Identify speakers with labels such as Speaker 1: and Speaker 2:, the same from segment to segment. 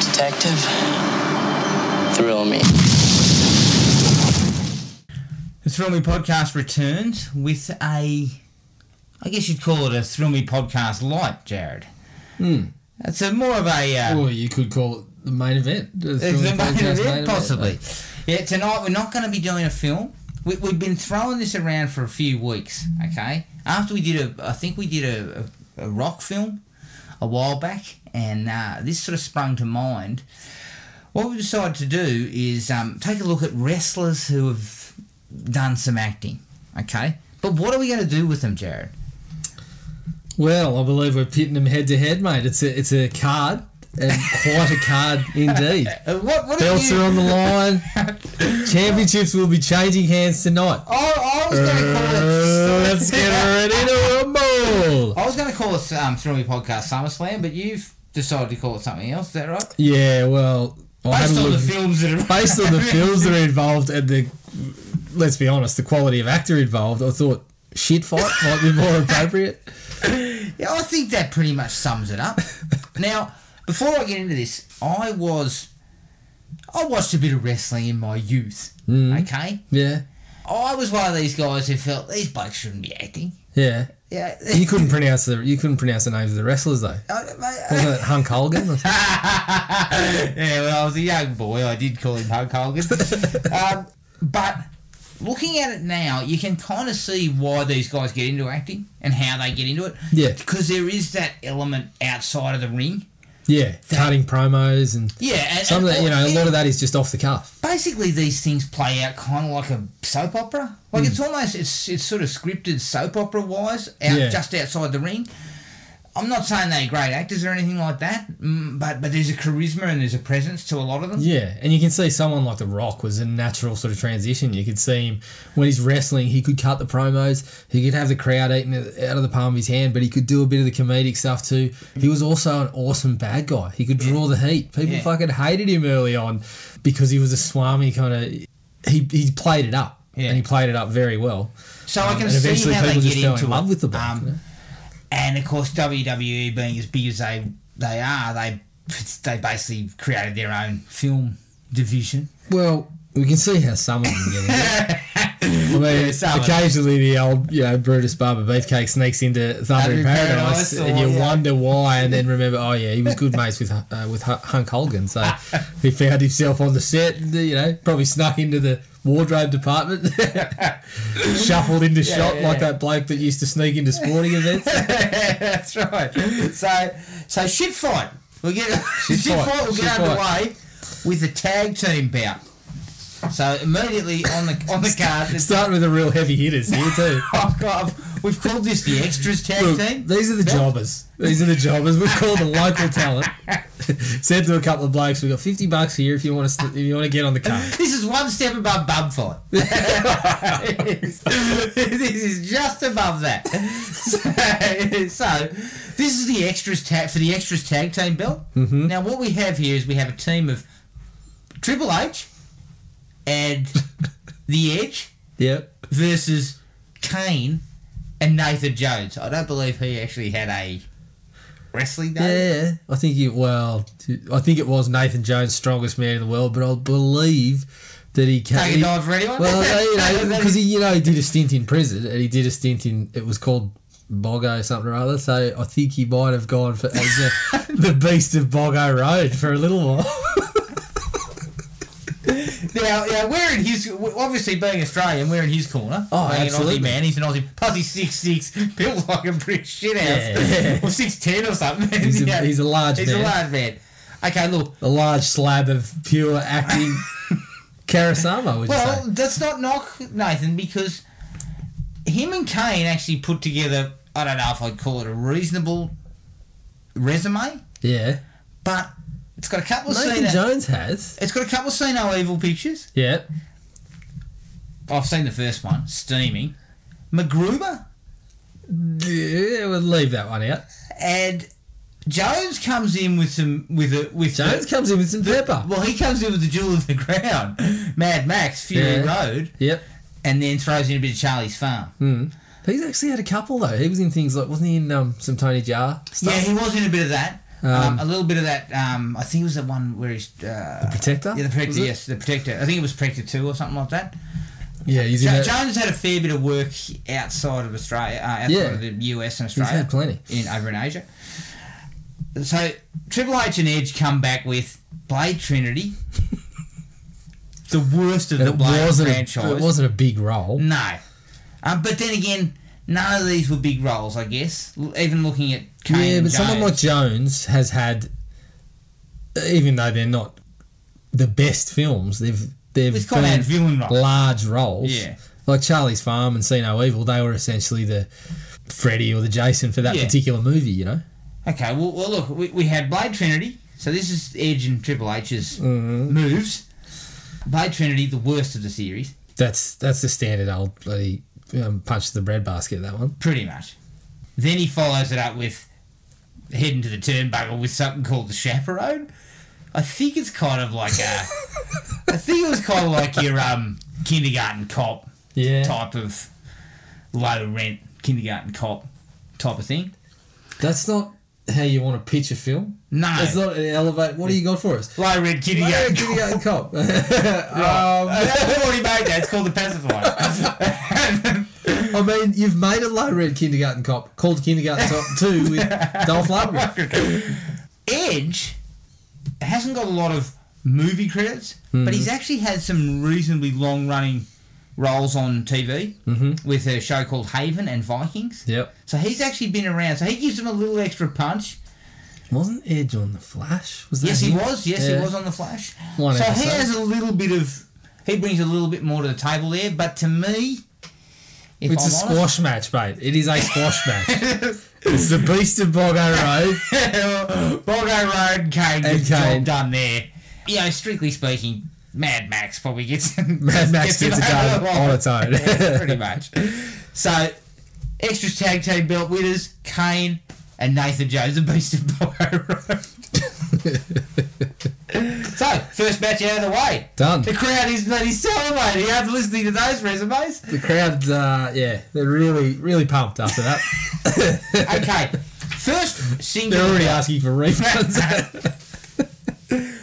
Speaker 1: detective. Thrill me.
Speaker 2: The Thrill Me podcast returns with a, I guess you'd call it a Thrill Me podcast light, Jared. Hmm. It's a more of a. Uh,
Speaker 3: Or you could call it the main event.
Speaker 2: It's the main
Speaker 3: podcast
Speaker 2: event, possibly.
Speaker 3: uh,
Speaker 2: Yeah, tonight we're not going to be doing a film. We, we've been throwing this around for a few weeks, okay? After we did a, I think we did a, a, a rock film a while back, and uh, this sort of sprung to mind. What we decided to do is um, take a look at wrestlers who have done some acting, okay? But what are we going to do with them, Jared?
Speaker 3: Well, I believe we're pitting them head to head, mate. It's a it's a card, and quite a card indeed.
Speaker 2: Uh, what, what are
Speaker 3: Belts
Speaker 2: you...
Speaker 3: are on the line. Championships will be changing hands tonight.
Speaker 2: I, I was going to call
Speaker 3: Uh,
Speaker 2: it...
Speaker 3: Let's get ready to rumble.
Speaker 2: I was going to call it um, Thrill Me Podcast SummerSlam, but you've decided to call it something else. Is that right?
Speaker 3: Yeah, well, I had
Speaker 2: Based on
Speaker 3: a
Speaker 2: the
Speaker 3: look.
Speaker 2: films that are
Speaker 3: based on the films that are involved and the let's be honest, the quality of actor involved, I thought shit fight might be more appropriate.
Speaker 2: Yeah, I think that pretty much sums it up. now, before I get into this, I was I watched a bit of wrestling in my youth.
Speaker 3: Mm.
Speaker 2: Okay,
Speaker 3: Yeah.
Speaker 2: I was one of these guys who felt these blokes shouldn't be acting.
Speaker 3: Yeah.
Speaker 2: Yeah,
Speaker 3: You couldn't pronounce the you couldn't pronounce the names of the wrestlers though. Wasn't it Hunk Hogan?
Speaker 2: yeah, when I was a young boy, I did call him Hulk Hogan. um, but looking at it now, you can kind of see why these guys get into acting and how they get into it.
Speaker 3: Yeah.
Speaker 2: Because there is that element outside of the ring.
Speaker 3: Yeah. Cutting promos and
Speaker 2: Yeah, and,
Speaker 3: some of that
Speaker 2: and-
Speaker 3: you know, a
Speaker 2: yeah,
Speaker 3: lot of that is just off the cuff.
Speaker 2: basically these things play out kind of like a soap opera. Like
Speaker 3: Hmm.
Speaker 2: it's almost it's it's sort of scripted soap opera wise, out
Speaker 3: Yeah.
Speaker 2: just outside the ring. I'm not saying they're great actors or anything like that, mm, but but there's a charisma and there's a presence to a lot of them.
Speaker 3: Yeah, and you can see someone like The Rock was a natural sort of transition. You could see him when he's wrestling, he could cut the promos, he could have the crowd eating it out of the palm of his hand, but he could do a bit of the comedic stuff too. He was also an awesome bad guy. He could draw the heat. People
Speaker 2: Yeah.
Speaker 3: fucking hated him early on because he was a swami kind of. He, he played it up,
Speaker 2: Yeah.
Speaker 3: and he played it up very well.
Speaker 2: So I
Speaker 3: Um,
Speaker 2: can
Speaker 3: and
Speaker 2: see
Speaker 3: eventually
Speaker 2: how they
Speaker 3: people
Speaker 2: get
Speaker 3: just fell
Speaker 2: into
Speaker 3: in love
Speaker 2: it. Um,
Speaker 3: with the bloke, you know?
Speaker 2: and of course, WWE being as big as they they are, they they basically created their own film division.
Speaker 3: Well, we can see how some of them get in. I mean,
Speaker 2: Yeah, some of them.
Speaker 3: occasionally the old, you know, Brutus Barber Beefcake sneaks into Thunder in
Speaker 2: in Paradise,
Speaker 3: Paradise, and you
Speaker 2: or, yeah.
Speaker 3: wonder why, and then remember, oh yeah, he was good mates with uh, with Hu- Hunk Hogan, so he found himself on the set, and, you know, probably snuck into the wardrobe department, shuffled into shot
Speaker 2: yeah,
Speaker 3: like
Speaker 2: yeah.
Speaker 3: that bloke that used to sneak into sporting events.
Speaker 2: That's right. So so shit fight. We'll get shit,
Speaker 3: fight,
Speaker 2: fight. We'll
Speaker 3: shit
Speaker 2: get underway with the tag team bout. So immediately on the on the card. it's-
Speaker 3: Starting with the real heavy hitters here too.
Speaker 2: Oh God, we've called this the extras tag
Speaker 3: Look,
Speaker 2: team.
Speaker 3: these are the jobbers. These are the jobbers. We call the local talent. Said to a couple of blokes, we got fifty bucks here if you want to st- if you want to get on the car.
Speaker 2: This is one step above bum fight. this is just above that. So, so, this is the extras tag for the extras tag team belt. Mm-hmm. Now, what we have here is we have a team of Triple H and The Edge
Speaker 3: Yep.
Speaker 2: versus Kane and Nathan Jones. I don't believe he actually had a wrestling day.
Speaker 3: Yeah, I think it. Well, I think it was Nathan Jones, strongest man in the world, but I believe that he came.
Speaker 2: Take a dive for anyone.
Speaker 3: Well, you know, because he, you know, he did a stint in prison, and he did a stint in it was called Bogo or something or other. So I think he might have gone for as a, the beast of Bogo Road for a little while.
Speaker 2: Now, now we're in his. Obviously, being Australian, we're in his corner.
Speaker 3: Oh,
Speaker 2: being
Speaker 3: absolutely.
Speaker 2: an Aussie man. He's an Aussie. Plus, he's six six, built like a brick shit house,
Speaker 3: Yeah.
Speaker 2: or six ten or something.
Speaker 3: He's a,
Speaker 2: Yeah.
Speaker 3: he's a large
Speaker 2: He's
Speaker 3: man.
Speaker 2: a large man. Okay, look.
Speaker 3: a large slab of pure acting Karasama, would
Speaker 2: Well,
Speaker 3: you say?
Speaker 2: let's not knock Nathan because him and Kane actually put together. I don't know if I'd call it a reasonable resume,
Speaker 3: Yeah.
Speaker 2: but it's got a couple of
Speaker 3: Nathan
Speaker 2: Cena.
Speaker 3: Jones has.
Speaker 2: It's got a couple of Cena evil pictures.
Speaker 3: Yeah.
Speaker 2: I've seen the first one, steaming. MacGruber.
Speaker 3: Yeah, we'll leave that one out.
Speaker 2: and Jones comes in with some with a with
Speaker 3: Jones
Speaker 2: the-
Speaker 3: comes in with some pepper.
Speaker 2: well, he comes in with the jewel of the crown, Mad Max Fury
Speaker 3: Yeah.
Speaker 2: Road,
Speaker 3: Yep. Hmm.
Speaker 2: and then throws in a bit of Charlie's Farm.
Speaker 3: He's actually had a couple though. He was in things like wasn't he in um, some Tony Jar stuff?
Speaker 2: Yeah, he was in a bit of that. Um, a little bit of that. Um, I think it was the one where he's uh,
Speaker 3: Protector?
Speaker 2: Yeah, the
Speaker 3: was
Speaker 2: protector.
Speaker 3: it?
Speaker 2: Yes, the protector. I think it was protector two or something like that.
Speaker 3: Yeah, he's in
Speaker 2: So
Speaker 3: that.
Speaker 2: Jones had a fair bit of work outside of Australia, uh, outside
Speaker 3: Yeah.
Speaker 2: of the US and
Speaker 3: he's
Speaker 2: Australia,
Speaker 3: had plenty.
Speaker 2: in over in Asia. So Triple H and Edge come back with Blade Trinity, the worst of
Speaker 3: And
Speaker 2: the
Speaker 3: it
Speaker 2: Blade
Speaker 3: wasn't. A,
Speaker 2: franchise. Mm.
Speaker 3: it wasn't a big role.
Speaker 2: No. Um, but then again, none of these were big roles, I guess. L- Even looking at Kane
Speaker 3: yeah, but
Speaker 2: and
Speaker 3: someone like
Speaker 2: Jones.
Speaker 3: Jones has had, even though they're not the best films, they've they've
Speaker 2: It's called
Speaker 3: been
Speaker 2: that villain role.
Speaker 3: large roles.
Speaker 2: Yeah.
Speaker 3: like Charlie's Farm and See No Evil, they were essentially the Freddy or the Jason for that
Speaker 2: Yeah.
Speaker 3: particular movie. You know,
Speaker 2: Okay, well, well look, we, we had Blade Trinity. So this is Edge and Triple H's
Speaker 3: Mm-hmm.
Speaker 2: moves. Blade Trinity, the worst of the series,
Speaker 3: that's that's the standard old bloody um, punch to the bread basket. That one.
Speaker 2: pretty much. Then he follows it up with heading to the turnbuckle with something called the chaperone. I think it's kind of like a. I think it was kind of like your um, kindergarten cop
Speaker 3: Yeah,
Speaker 2: type of low rent kindergarten cop type of thing.
Speaker 3: that's not how you want to pitch a film.
Speaker 2: No.
Speaker 3: It's not an elevate. What do you got for us?
Speaker 2: Low rent
Speaker 3: Yeah,
Speaker 2: kindergarten cop.
Speaker 3: Kindergarten Cop. um,
Speaker 2: Uh, We've already made that. It's called the pacifier.
Speaker 3: I mean, you've made a low red kindergarten cop called Kindergarten Cop 2 with Dolph Lundgren.
Speaker 2: Edge hasn't got a lot of movie credits, but
Speaker 3: Hmm.
Speaker 2: he's actually had some reasonably long running roles on TV
Speaker 3: Mm-hmm.
Speaker 2: with a show called Haven and Vikings.
Speaker 3: Yep.
Speaker 2: So he's actually been around. So he gives him a little extra punch.
Speaker 3: Wasn't Edge on The Flash? Was that
Speaker 2: Yes, he
Speaker 3: him?
Speaker 2: was. Yes,
Speaker 3: Yeah.
Speaker 2: he was on the Flash.
Speaker 3: One
Speaker 2: so he
Speaker 3: episode.
Speaker 2: has a little bit of. He brings a little bit more to the table there, but to me, if
Speaker 3: It's
Speaker 2: I'm
Speaker 3: a squash match, mate. It is a squash match. It's the Beast of Boggo Road.
Speaker 2: honest, Borgo Road, Kane gets the job
Speaker 3: Kane.
Speaker 2: done there. You know, strictly speaking, Mad Max probably gets
Speaker 3: Mad Max gets it done
Speaker 2: over
Speaker 3: on its own.
Speaker 2: Yeah, pretty much. So, extras tag team belt winners Kane and Nathan Jones, the Beast of Borgo Road. so, first match out of the way.
Speaker 3: Done.
Speaker 2: The crowd is bloody celebrating after listening to those resumes.
Speaker 3: The crowd, uh, yeah, they're really, really pumped after that.
Speaker 2: Okay, first
Speaker 3: They're
Speaker 2: singular.
Speaker 3: already asking for refunds.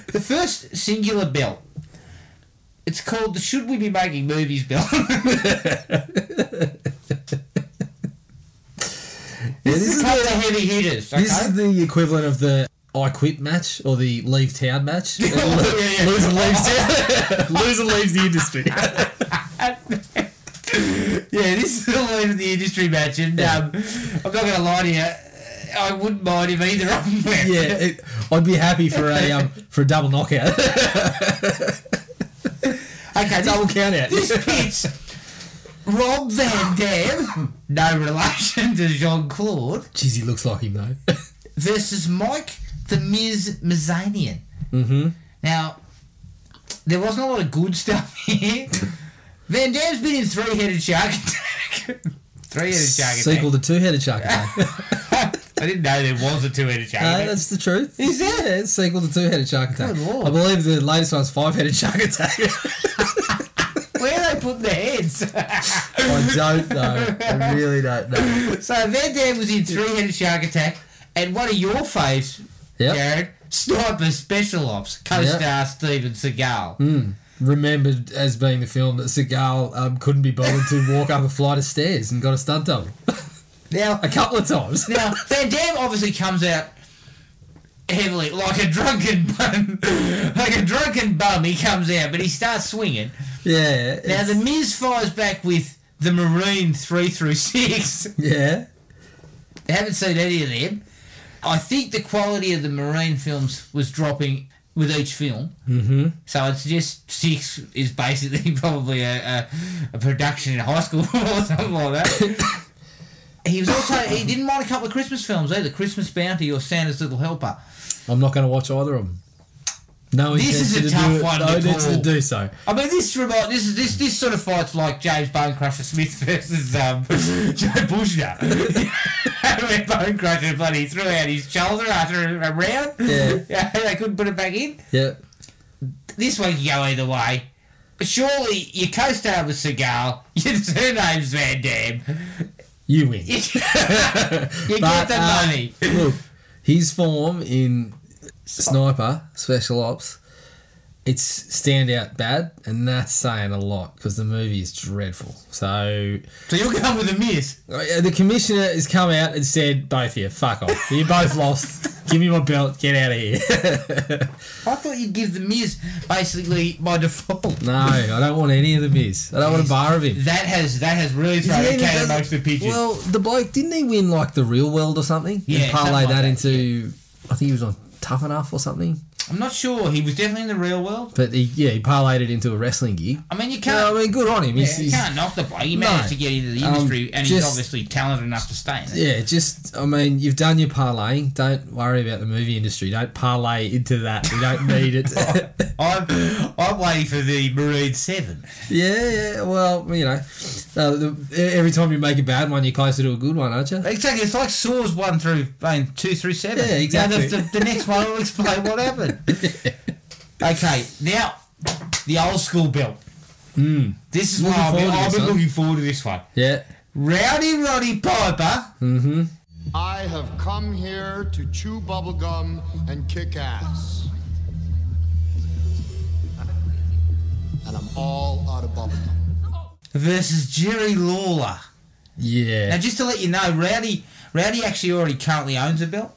Speaker 2: the first singular belt. It's called the "Should We Be Making Movies" belt.
Speaker 3: Yeah,
Speaker 2: this is
Speaker 3: the-
Speaker 2: for the heavy hitters. Okay?
Speaker 3: This is the equivalent of the I quit match or the leave town match.
Speaker 2: Yeah, Oh, yeah.
Speaker 3: Loser leaves town. Loser leaves the industry.
Speaker 2: yeah, this is the lead of the industry match, and um, I'm not going to lie to you. I wouldn't mind if either of them went.
Speaker 3: Yeah, it, I'd be happy for a um, for a double knockout,
Speaker 2: Okay.
Speaker 3: double
Speaker 2: This,
Speaker 3: count out.
Speaker 2: this pitch. Rob Van Dam, no relation to Jean Claude,
Speaker 3: Jeez, he looks like him though.
Speaker 2: versus Mike the Miz Mizanian.
Speaker 3: Mm-hmm.
Speaker 2: Now, there wasn't a lot of good stuff here. Van Damme's been in Three Headed Shark Attack. Three Headed Shark Attack.
Speaker 3: Sequel to Two Headed Shark Attack. no,
Speaker 2: I didn't know there was a Two Headed Shark Attack.
Speaker 3: Uh, that's the truth.
Speaker 2: Is it?
Speaker 3: Yeah, it's sequel to Two Headed Shark Attack.
Speaker 2: Good lord.
Speaker 3: I believe the latest one's Five Headed Shark Attack.
Speaker 2: Where are they putting their heads?
Speaker 3: I don't know. I really don't know.
Speaker 2: so Van Damme was in Three Headed Shark Attack, and one of your faves,
Speaker 3: Yep.
Speaker 2: Jared, Sniper Special Ops, co-star Steven Seagal.
Speaker 3: Mm. Remembered as being the film that Seagal um, couldn't be bothered to walk up a flight of stairs and got a stunt double.
Speaker 2: Now,
Speaker 3: A couple of times.
Speaker 2: Now, Van Damme obviously comes out heavily, like a drunken bum. like a drunken bum, he comes out, but he starts swinging.
Speaker 3: Yeah.
Speaker 2: Now,
Speaker 3: it's-
Speaker 2: the Miz fires back with the Marine 3 through 6.
Speaker 3: yeah.
Speaker 2: I haven't seen any of them. I think the quality of the Marine films was dropping with each film. Mm-hmm. So it's just 6 is basically probably a, a, a production in high school or something like that. He was also he didn't mind a couple of Christmas films either, Christmas Bounty or Santa's Little Helper.
Speaker 3: I'm not going to watch either of them. No
Speaker 2: This is
Speaker 3: intention
Speaker 2: a tough
Speaker 3: to do it.
Speaker 2: one
Speaker 3: No
Speaker 2: to
Speaker 3: intention to
Speaker 2: call.
Speaker 3: do so.
Speaker 2: I mean, this remind, this is this this sort of fight's like James Bonecrusher Smith versus um, Joe Bushner. Where Bonecrusher bloody threw out his shoulder after a round.
Speaker 3: Yeah.
Speaker 2: they couldn't put it back in.
Speaker 3: Yeah.
Speaker 2: This one can go either way. But surely your co-star was Seagal, your surname's Van Dam.
Speaker 3: You win.
Speaker 2: you
Speaker 3: But,
Speaker 2: get the
Speaker 3: uh,
Speaker 2: money.
Speaker 3: Look, his form in sniper special ops, it's standout bad, and that's saying a lot because the movie is dreadful. So
Speaker 2: So you're going with a miss.
Speaker 3: uh, the commissioner has come out and said, "Both of you, fuck off. You both lost. Give me my belt. Get out of here."
Speaker 2: I thought you'd give the Miz basically by default.
Speaker 3: no, I don't want any of the Miz. I don't want a bar of him.
Speaker 2: That has that has really thrown
Speaker 3: He
Speaker 2: a
Speaker 3: even
Speaker 2: cat
Speaker 3: doesn't-
Speaker 2: amongst the pigeons.
Speaker 3: Well, the bloke didn't he win like the real world or something?
Speaker 2: Yeah,
Speaker 3: and
Speaker 2: something
Speaker 3: parlay
Speaker 2: like
Speaker 3: that,
Speaker 2: that,
Speaker 3: into I think he was on Tough Enough or something.
Speaker 2: I'm not sure. He was definitely in the real world.
Speaker 3: But he, yeah, he parlayed it into a wrestling gig.
Speaker 2: I mean, you can't.
Speaker 3: No, I mean, good on him.
Speaker 2: yeah,
Speaker 3: He's,
Speaker 2: you
Speaker 3: he's-
Speaker 2: can't knock the bloke. He
Speaker 3: No.
Speaker 2: managed to get into the
Speaker 3: Um,
Speaker 2: industry, and he's
Speaker 3: just-
Speaker 2: obviously talented enough to stay in it.
Speaker 3: yeah, just I mean, you've done your parlaying. Don't worry about the movie industry. Don't parlay into that. We don't need it.
Speaker 2: I'm, I'm waiting for the Marine Seven.
Speaker 3: yeah, yeah. Well, you know, uh, the, every time you make a bad one, you're closer to a good one, aren't you?
Speaker 2: Exactly, it's like Saws one through I mean, two through seven.
Speaker 3: Yeah, exactly.
Speaker 2: Now, the, the, the next one will explain what happened. Okay, now the old school belt.
Speaker 3: Mm.
Speaker 2: This is
Speaker 3: Looking
Speaker 2: why I've been,
Speaker 3: forward to
Speaker 2: I've
Speaker 3: this
Speaker 2: been
Speaker 3: one.
Speaker 2: looking forward to this one.
Speaker 3: Yeah.
Speaker 2: Rowdy Roddy Piper
Speaker 3: Mm-hmm.
Speaker 4: I have come here to chew bubblegum and kick ass. And I'm all out of bubblegum.
Speaker 2: versus Jerry Lawler. Now,
Speaker 3: Yeah.
Speaker 2: just to let you know, Rowdy Rowdy actually already currently owns a belt,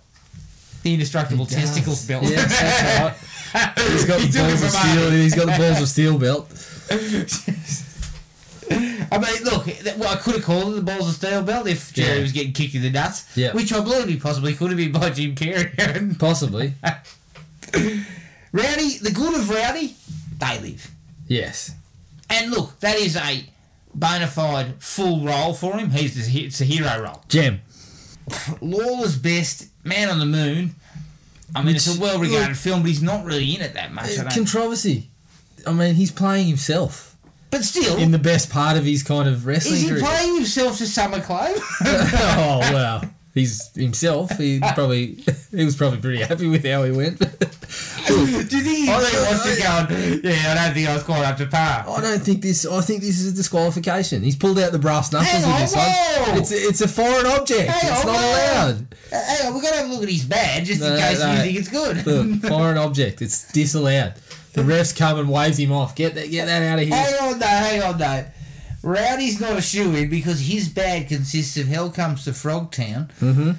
Speaker 2: the Indestructible
Speaker 3: He does.
Speaker 2: Testicles belt.
Speaker 3: Yes, that's He's got
Speaker 2: He
Speaker 3: the
Speaker 2: took it
Speaker 3: balls of
Speaker 2: from Arn.
Speaker 3: steel. He's got the balls of steel belt.
Speaker 2: I mean, look, that- well, I could have called it the balls of steel belt if Jerry
Speaker 3: Yeah.
Speaker 2: was getting kicked in the nuts,
Speaker 3: Yeah.
Speaker 2: which I believe he possibly could have been by Jim Carrey.
Speaker 3: Possibly.
Speaker 2: Rowdy, the good of Rowdy, they live.
Speaker 3: Yes.
Speaker 2: And look, that is a bona fide full role for him. He's the, he- it's a hero role.
Speaker 3: Gem.
Speaker 2: Lawler's best, Man on the Moon. I mean, it's a
Speaker 3: Which-
Speaker 2: well-regarded
Speaker 3: look- uh,
Speaker 2: film, but he's not really in it that much. I don't.
Speaker 3: Controversy. I mean, he's playing himself
Speaker 2: but still,
Speaker 3: in the best part of his kind of
Speaker 2: is
Speaker 3: wrestling
Speaker 2: he
Speaker 3: career.
Speaker 2: playing himself to Summer Clay?
Speaker 3: oh wow, he's himself. He probably he was probably pretty happy with how he went.
Speaker 2: Do you think he really wants to go? and, Yeah, I don't think I was quite up to par.
Speaker 3: I don't think this. I think this is a disqualification. He's pulled out the brass knuckles
Speaker 2: Hang
Speaker 3: with
Speaker 2: on,
Speaker 3: this
Speaker 2: whoa!
Speaker 3: one. It's a, it's a foreign object.
Speaker 2: Hang
Speaker 3: it's
Speaker 2: on,
Speaker 3: not
Speaker 2: whoa!
Speaker 3: allowed.
Speaker 2: Uh, Hang on, we've got to have a look at his badge just in
Speaker 3: No,
Speaker 2: case
Speaker 3: no.
Speaker 2: you think it's good.
Speaker 3: Look, foreign object. It's disallowed. The refs come and waves him off. Get that. Get that out of here.
Speaker 2: hang on, though, hang on, though. Rowdy's not a shoe in because his bag consists of Hell Comes to Frog Town,
Speaker 3: Mm-hmm.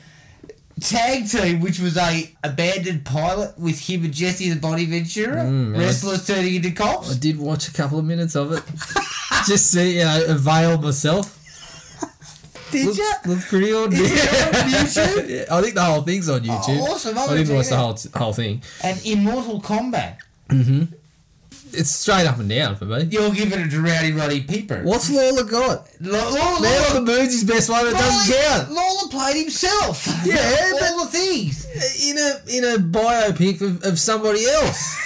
Speaker 2: Tag Team, which was a abandoned pilot with him and Jesse the Body Ventura,
Speaker 3: Mm, man.
Speaker 2: wrestlers turning into
Speaker 3: I
Speaker 2: cops.
Speaker 3: did watch a couple of minutes of it. Just to you know, avail myself.
Speaker 2: Did
Speaker 3: Looks,
Speaker 2: you?
Speaker 3: looks pretty on
Speaker 2: Is it on YouTube? Oh,
Speaker 3: Yeah, I think the whole thing's on YouTube.
Speaker 2: awesome, I'm
Speaker 3: I didn't
Speaker 2: gonna
Speaker 3: watch
Speaker 2: check
Speaker 3: the
Speaker 2: it
Speaker 3: whole whole thing.
Speaker 2: And in Mortal Kombat,
Speaker 3: It's straight up and down for me.
Speaker 2: you're giving it to Rowdy Roddy Piper.
Speaker 3: What's Lawler got?
Speaker 2: Lo- Lo-
Speaker 3: Man
Speaker 2: Lo-
Speaker 3: on the Moon's his best one. It doesn't
Speaker 2: Lawler-
Speaker 3: count.
Speaker 2: Lawler played himself.
Speaker 3: Yeah, but-
Speaker 2: all the things.
Speaker 3: In a in a biopic of, of somebody else,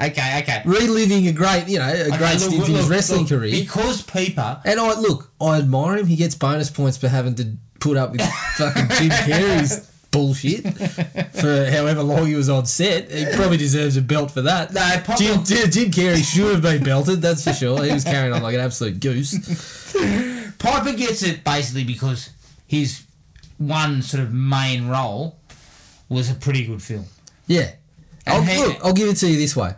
Speaker 2: Okay, okay.
Speaker 3: reliving a great you know a
Speaker 2: Okay,
Speaker 3: great
Speaker 2: look,
Speaker 3: stint
Speaker 2: look,
Speaker 3: in his
Speaker 2: look,
Speaker 3: wrestling
Speaker 2: look,
Speaker 3: career.
Speaker 2: Because Piper,
Speaker 3: and I look, I admire him. He gets bonus points for having to put up with fucking Jim Carrey's bullshit for however long he was on set. He probably deserves a belt for that.
Speaker 2: No, probably-
Speaker 3: Jim, Jim, Jim Carrey should have been belted. That's for sure. He was carrying on like an absolute goose.
Speaker 2: Piper gets it basically because his one sort of main role was a pretty good film.
Speaker 3: Yeah. I'll,
Speaker 2: And he-
Speaker 3: look, I'll give it to you this way.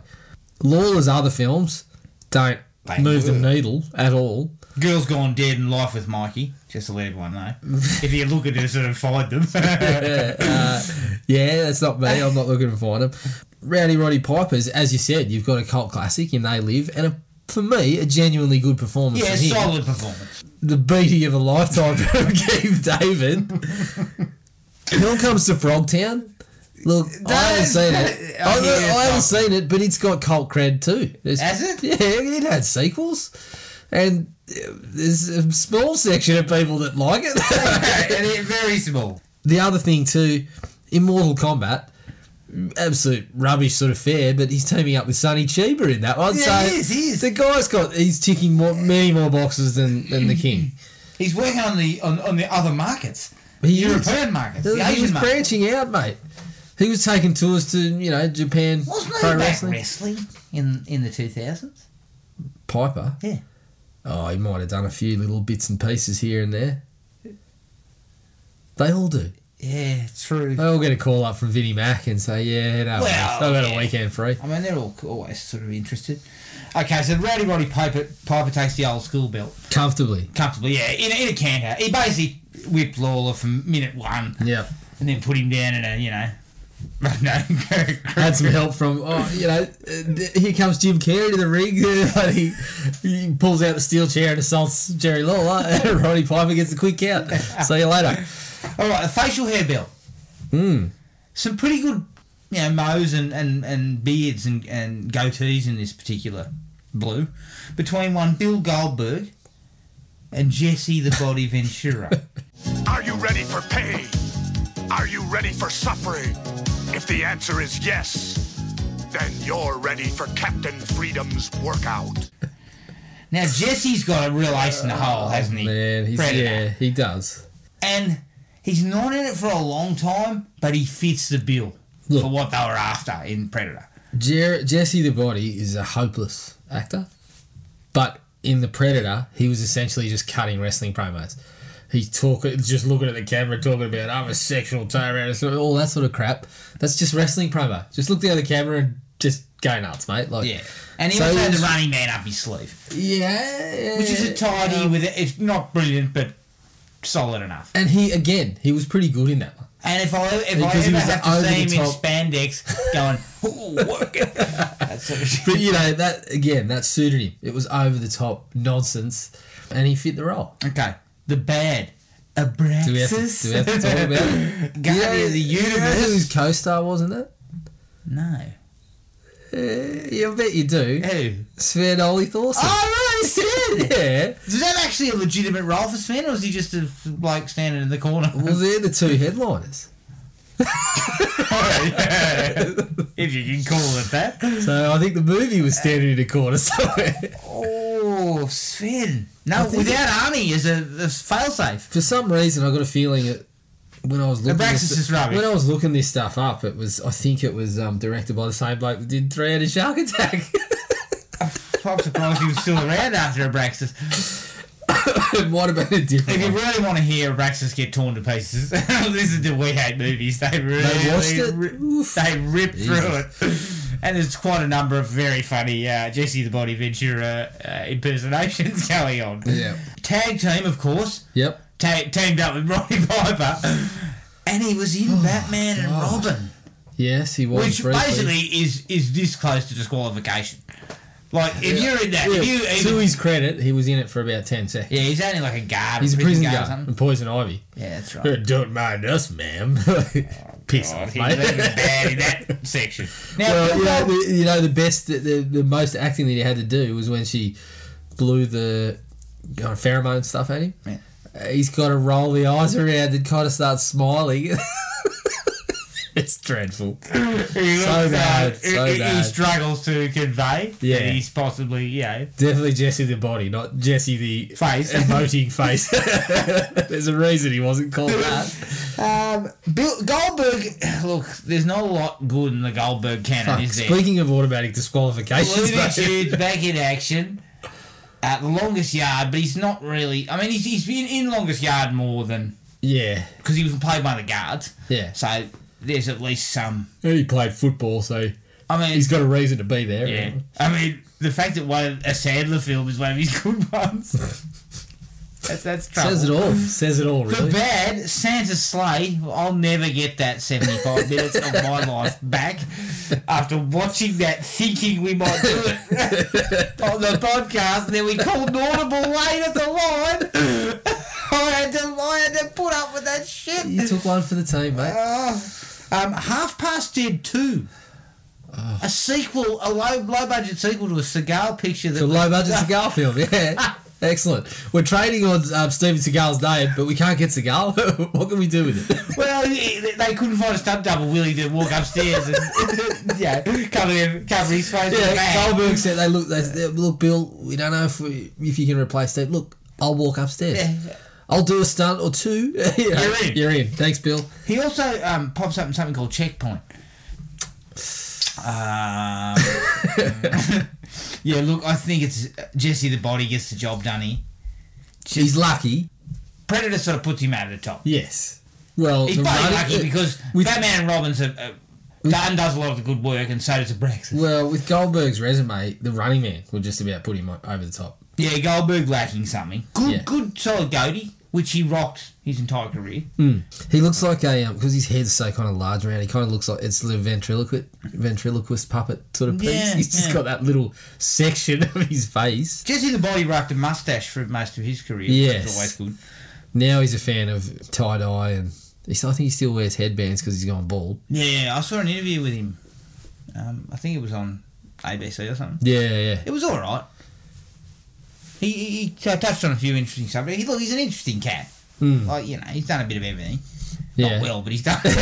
Speaker 3: Lawler's other films don't
Speaker 2: They
Speaker 3: move the
Speaker 2: work.
Speaker 3: needle at all.
Speaker 2: Girls Gone Dead and Life with Mikey, just to let everyone know. if you look at it, sort of find them.
Speaker 3: Yeah, uh, yeah, that's not me. I'm not looking to find them. Rowdy Roddy Piper's, as you said, you've got a cult classic in They Live, and a, for me, a genuinely good performance.
Speaker 2: yeah,
Speaker 3: from him.
Speaker 2: solid performance.
Speaker 3: The beating of a lifetime from Keith David. Hill comes to Frogtown. Look, I haven't
Speaker 2: That's-
Speaker 3: seen it.
Speaker 2: I
Speaker 3: I,
Speaker 2: hear
Speaker 3: I
Speaker 2: you.
Speaker 3: haven't seen it, but it's got cult cred too. There's-
Speaker 2: Has it?
Speaker 3: Yeah, it had sequels, and uh, there's a small section of people that like it.
Speaker 2: and it, very small.
Speaker 3: the other thing too, in Mortal Kombat, absolute rubbish sort of fair, but he's teaming up with Sonny Chiba in that one.
Speaker 2: Yeah,
Speaker 3: so
Speaker 2: he is, he is.
Speaker 3: The guy's got he's ticking more, many more boxes than, than the king.
Speaker 2: He's working on the on, on the other markets,
Speaker 3: He is.
Speaker 2: European markets,
Speaker 3: He
Speaker 2: the
Speaker 3: was
Speaker 2: Asian markets.
Speaker 3: branching out, mate. He was taking tours to you know Japan
Speaker 2: Wasn't
Speaker 3: pro
Speaker 2: he back
Speaker 3: wrestling.
Speaker 2: wrestling in in the two thousands?
Speaker 3: Piper.
Speaker 2: Yeah.
Speaker 3: Oh, he might have done a few little bits and pieces here and there. They all do.
Speaker 2: Yeah, true.
Speaker 3: They all get a call up from Vinnie Mac and say, yeah, no,
Speaker 2: Well,
Speaker 3: I've got
Speaker 2: yeah.
Speaker 3: a weekend free.
Speaker 2: I mean, they're all always sort of interested. Okay, so Rowdy Roddy Piper, Piper takes the old school belt
Speaker 3: Comfortably.
Speaker 2: comfortably. Yeah, in, a- in a canter. He basically whipped Lawler from minute one
Speaker 3: Yeah.
Speaker 2: and then put him down in a, you know, no,
Speaker 3: Had some help from, oh, you know, uh, th- here comes Jim Carrey to the ring. Like, he, he pulls out the steel chair and assaults Jerry Lawler. And Roddy Piper gets a quick count. See you later.
Speaker 2: All right, a facial hair belt.
Speaker 3: Mm.
Speaker 2: Some pretty good, you know, mows and, and, and beards and, and goatees in this particular blue. Between one Bill Goldberg and Jesse the Body Ventura.
Speaker 5: Are you ready for pain? Are you ready for suffering? If the answer is yes, then you're ready for Captain Freedom's workout.
Speaker 2: now, Jesse's got a real ace in the hole, hasn't he?
Speaker 3: Oh, Man, he's,
Speaker 2: Predator.
Speaker 3: yeah, he does.
Speaker 2: And he's not in it for a long time, but he fits the bill
Speaker 3: Look.
Speaker 2: for what they were after in Predator.
Speaker 3: Jer- Jesse the Body is a hopeless actor, but in The Predator, he was essentially just cutting wrestling promos. He's talking, just looking at the camera, talking about I'm a sexual tyrant, and all that sort of crap. That's just wrestling promo. Just look down the camera and just go nuts, mate. Like,
Speaker 2: Yeah. And he
Speaker 3: So
Speaker 2: also had
Speaker 3: he's-
Speaker 2: the running man up his sleeve,
Speaker 3: yeah,
Speaker 2: which is a tidy with it. It's not brilliant, but solid enough.
Speaker 3: And he again, he was pretty good in that one.
Speaker 2: And if I if I
Speaker 3: Because he
Speaker 2: ever
Speaker 3: was
Speaker 2: have to
Speaker 3: over
Speaker 2: see
Speaker 3: the
Speaker 2: him in
Speaker 3: top.
Speaker 2: spandex going, ooh, work it. That sort of
Speaker 3: But
Speaker 2: shit.
Speaker 3: you know that again, that suited him. It was over the top nonsense, and he fit the role.
Speaker 2: Okay, the bad.
Speaker 3: Do we have to, do
Speaker 2: Abraxas.
Speaker 3: we have to talk about it?
Speaker 2: Guardian of the
Speaker 3: you know who
Speaker 2: universe.
Speaker 3: his co-star was in that?
Speaker 2: No.
Speaker 3: Uh, yeah, I bet you do.
Speaker 2: Who?
Speaker 3: Sven Oli Thorson.
Speaker 2: Oh, right, Sid!
Speaker 3: Yeah.
Speaker 2: Is that actually a legitimate role for Sven, or is he just a bloke standing in the corner?
Speaker 3: Well, they're the two headliners.
Speaker 2: if you can call it that.
Speaker 3: So I think the movie was standing in a corner somewhere.
Speaker 2: Oh, Sven. No,
Speaker 3: think-
Speaker 2: without Arnie as a, a failsafe.
Speaker 3: For some reason, I got a feeling it when I was looking
Speaker 2: Abraxas
Speaker 3: this,
Speaker 2: is rubbish.
Speaker 3: when I was looking this stuff up. It was I think it was um, directed by the same bloke that did Three Headed Shark Attack.
Speaker 2: I'm surprised he was still around after Abraxas.
Speaker 3: it might have been a different.
Speaker 2: If you
Speaker 3: one.
Speaker 2: really want to hear Abraxas get torn to pieces, listen to We Hate Movies. They really
Speaker 3: watched it?
Speaker 2: ri-
Speaker 3: Oof.
Speaker 2: they rip
Speaker 3: Jesus.
Speaker 2: through it. And there's quite a number of very funny uh, Jesse the Body Ventura uh, impersonations going on.
Speaker 3: Yeah.
Speaker 2: Tag team, of course.
Speaker 3: Yep.
Speaker 2: ta- teamed up with Roddy Piper, and he was in Batman and Robin,
Speaker 3: Yes, he was.
Speaker 2: which
Speaker 3: briefly.
Speaker 2: basically is is this close to disqualification. Like if you're in that,
Speaker 3: Yeah,
Speaker 2: if you
Speaker 3: to
Speaker 2: even,
Speaker 3: his credit, he was in it for about ten seconds.
Speaker 2: yeah, he's only like a guard.
Speaker 3: He's a prison
Speaker 2: or
Speaker 3: guard,
Speaker 2: something.
Speaker 3: and poison ivy.
Speaker 2: Yeah, that's right.
Speaker 3: Uh, Don't mind us, ma'am. Piss
Speaker 2: Oh, God,
Speaker 3: off,
Speaker 2: he was
Speaker 3: mate.
Speaker 2: even bad in that section. Now,
Speaker 3: well, you know,
Speaker 2: well,
Speaker 3: the, you know, the best, the, the, the most acting that he had to do was when she blew the you know, pheromone stuff at him.
Speaker 2: Yeah.
Speaker 3: Uh, he's got to roll the eyes around and kind of start smiling. it's dreadful.
Speaker 2: he looks,
Speaker 3: so
Speaker 2: uh,
Speaker 3: bad,
Speaker 2: he-
Speaker 3: so
Speaker 2: he,
Speaker 3: bad.
Speaker 2: struggles to convey
Speaker 3: Yeah.
Speaker 2: that he's possibly, you know,
Speaker 3: Definitely Jesse the body, not Jesse the
Speaker 2: Face.
Speaker 3: emoting face. There's a reason he wasn't called that.
Speaker 2: um, Bill Goldberg. Look, there's not a lot good in the Goldberg canon,
Speaker 3: Fuck,
Speaker 2: is there?
Speaker 3: Speaking of automatic disqualifications,
Speaker 2: Looney
Speaker 3: mate.
Speaker 2: Tunes back in action. At the longest yard, but he's not really. I mean, he's, he's been in longest yard more than
Speaker 3: yeah,
Speaker 2: because he was played by the guards.
Speaker 3: yeah.
Speaker 2: So there's at least some.
Speaker 3: And he played football, so
Speaker 2: I mean,
Speaker 3: he's got a reason to be there.
Speaker 2: yeah. I mean, the fact that one of- a Sandler film is one of his good ones. that's that's trouble.
Speaker 3: Says it all. Says it all,
Speaker 2: The
Speaker 3: really.
Speaker 2: bad Santa sleigh. I'll never get that 75 minutes of my life back after watching that, thinking we might do it on the podcast. And then we called an audible late at the line. I had to, I had to put up with that
Speaker 3: You
Speaker 2: shit.
Speaker 3: took one for the team, mate.
Speaker 2: Oh. Um, Half Past Dead 2. A sequel, a low, low budget sequel to a Seagal picture that
Speaker 3: The
Speaker 2: was
Speaker 3: low budget Seagal film, yeah. Excellent. We're trading on um, Steven Seagal's name, but we can't get Seagal. what can we do with it?
Speaker 2: Well, they they couldn't find a stunt double willing to walk upstairs and yeah, cover him, cover his face. with a
Speaker 3: Yeah,
Speaker 2: bag.
Speaker 3: Goldberg said, "They look, they, said, look, Bill. We don't know if we, if you can replace Steve. Look, I'll walk upstairs.
Speaker 2: Yeah.
Speaker 3: I'll do a stunt or two. You know,
Speaker 2: You're in.
Speaker 3: You're in. Thanks, Bill.
Speaker 2: He also um, pops up in something called Checkpoint. Um, yeah, look, I think it's uh, Jesse the Body gets the job done here.
Speaker 3: He's lucky.
Speaker 2: Predator sort of puts him out of the top.
Speaker 3: Yes. Well,
Speaker 2: He's
Speaker 3: the
Speaker 2: probably
Speaker 3: running-
Speaker 2: lucky because
Speaker 3: with-
Speaker 2: Batman and Robin's a, a Dunn does a lot of the good work, and so does Braxton.
Speaker 3: Well, with Goldberg's resume, the running man will just about put him o- over the top.
Speaker 2: Yeah, Goldberg lacking something. Good,
Speaker 3: Yeah.
Speaker 2: good solid goatee, which he rocked his entire career.
Speaker 3: He looks like a um, because his head's so kind of large around. He kind of looks like it's the ventriloquist ventriloquist puppet sort of piece.
Speaker 2: Yeah,
Speaker 3: He's just
Speaker 2: yeah.
Speaker 3: got that little section of his face.
Speaker 2: Jesse the Body rocked a mustache for most of his career. Which
Speaker 3: Yes.
Speaker 2: is always good.
Speaker 3: Now he's a fan of tie dye and. he's- I think he still wears headbands because he's gone bald.
Speaker 2: Yeah, I saw an interview with him. Um, I think it was on ABC or something.
Speaker 3: Yeah, yeah.
Speaker 2: It was all right. He, he, he t- touched on a few interesting subjects. He, look, he's an interesting cat.
Speaker 3: Mm,
Speaker 2: Like you know, he's done a bit of everything.
Speaker 3: yeah.
Speaker 2: Not well, but he's done. he's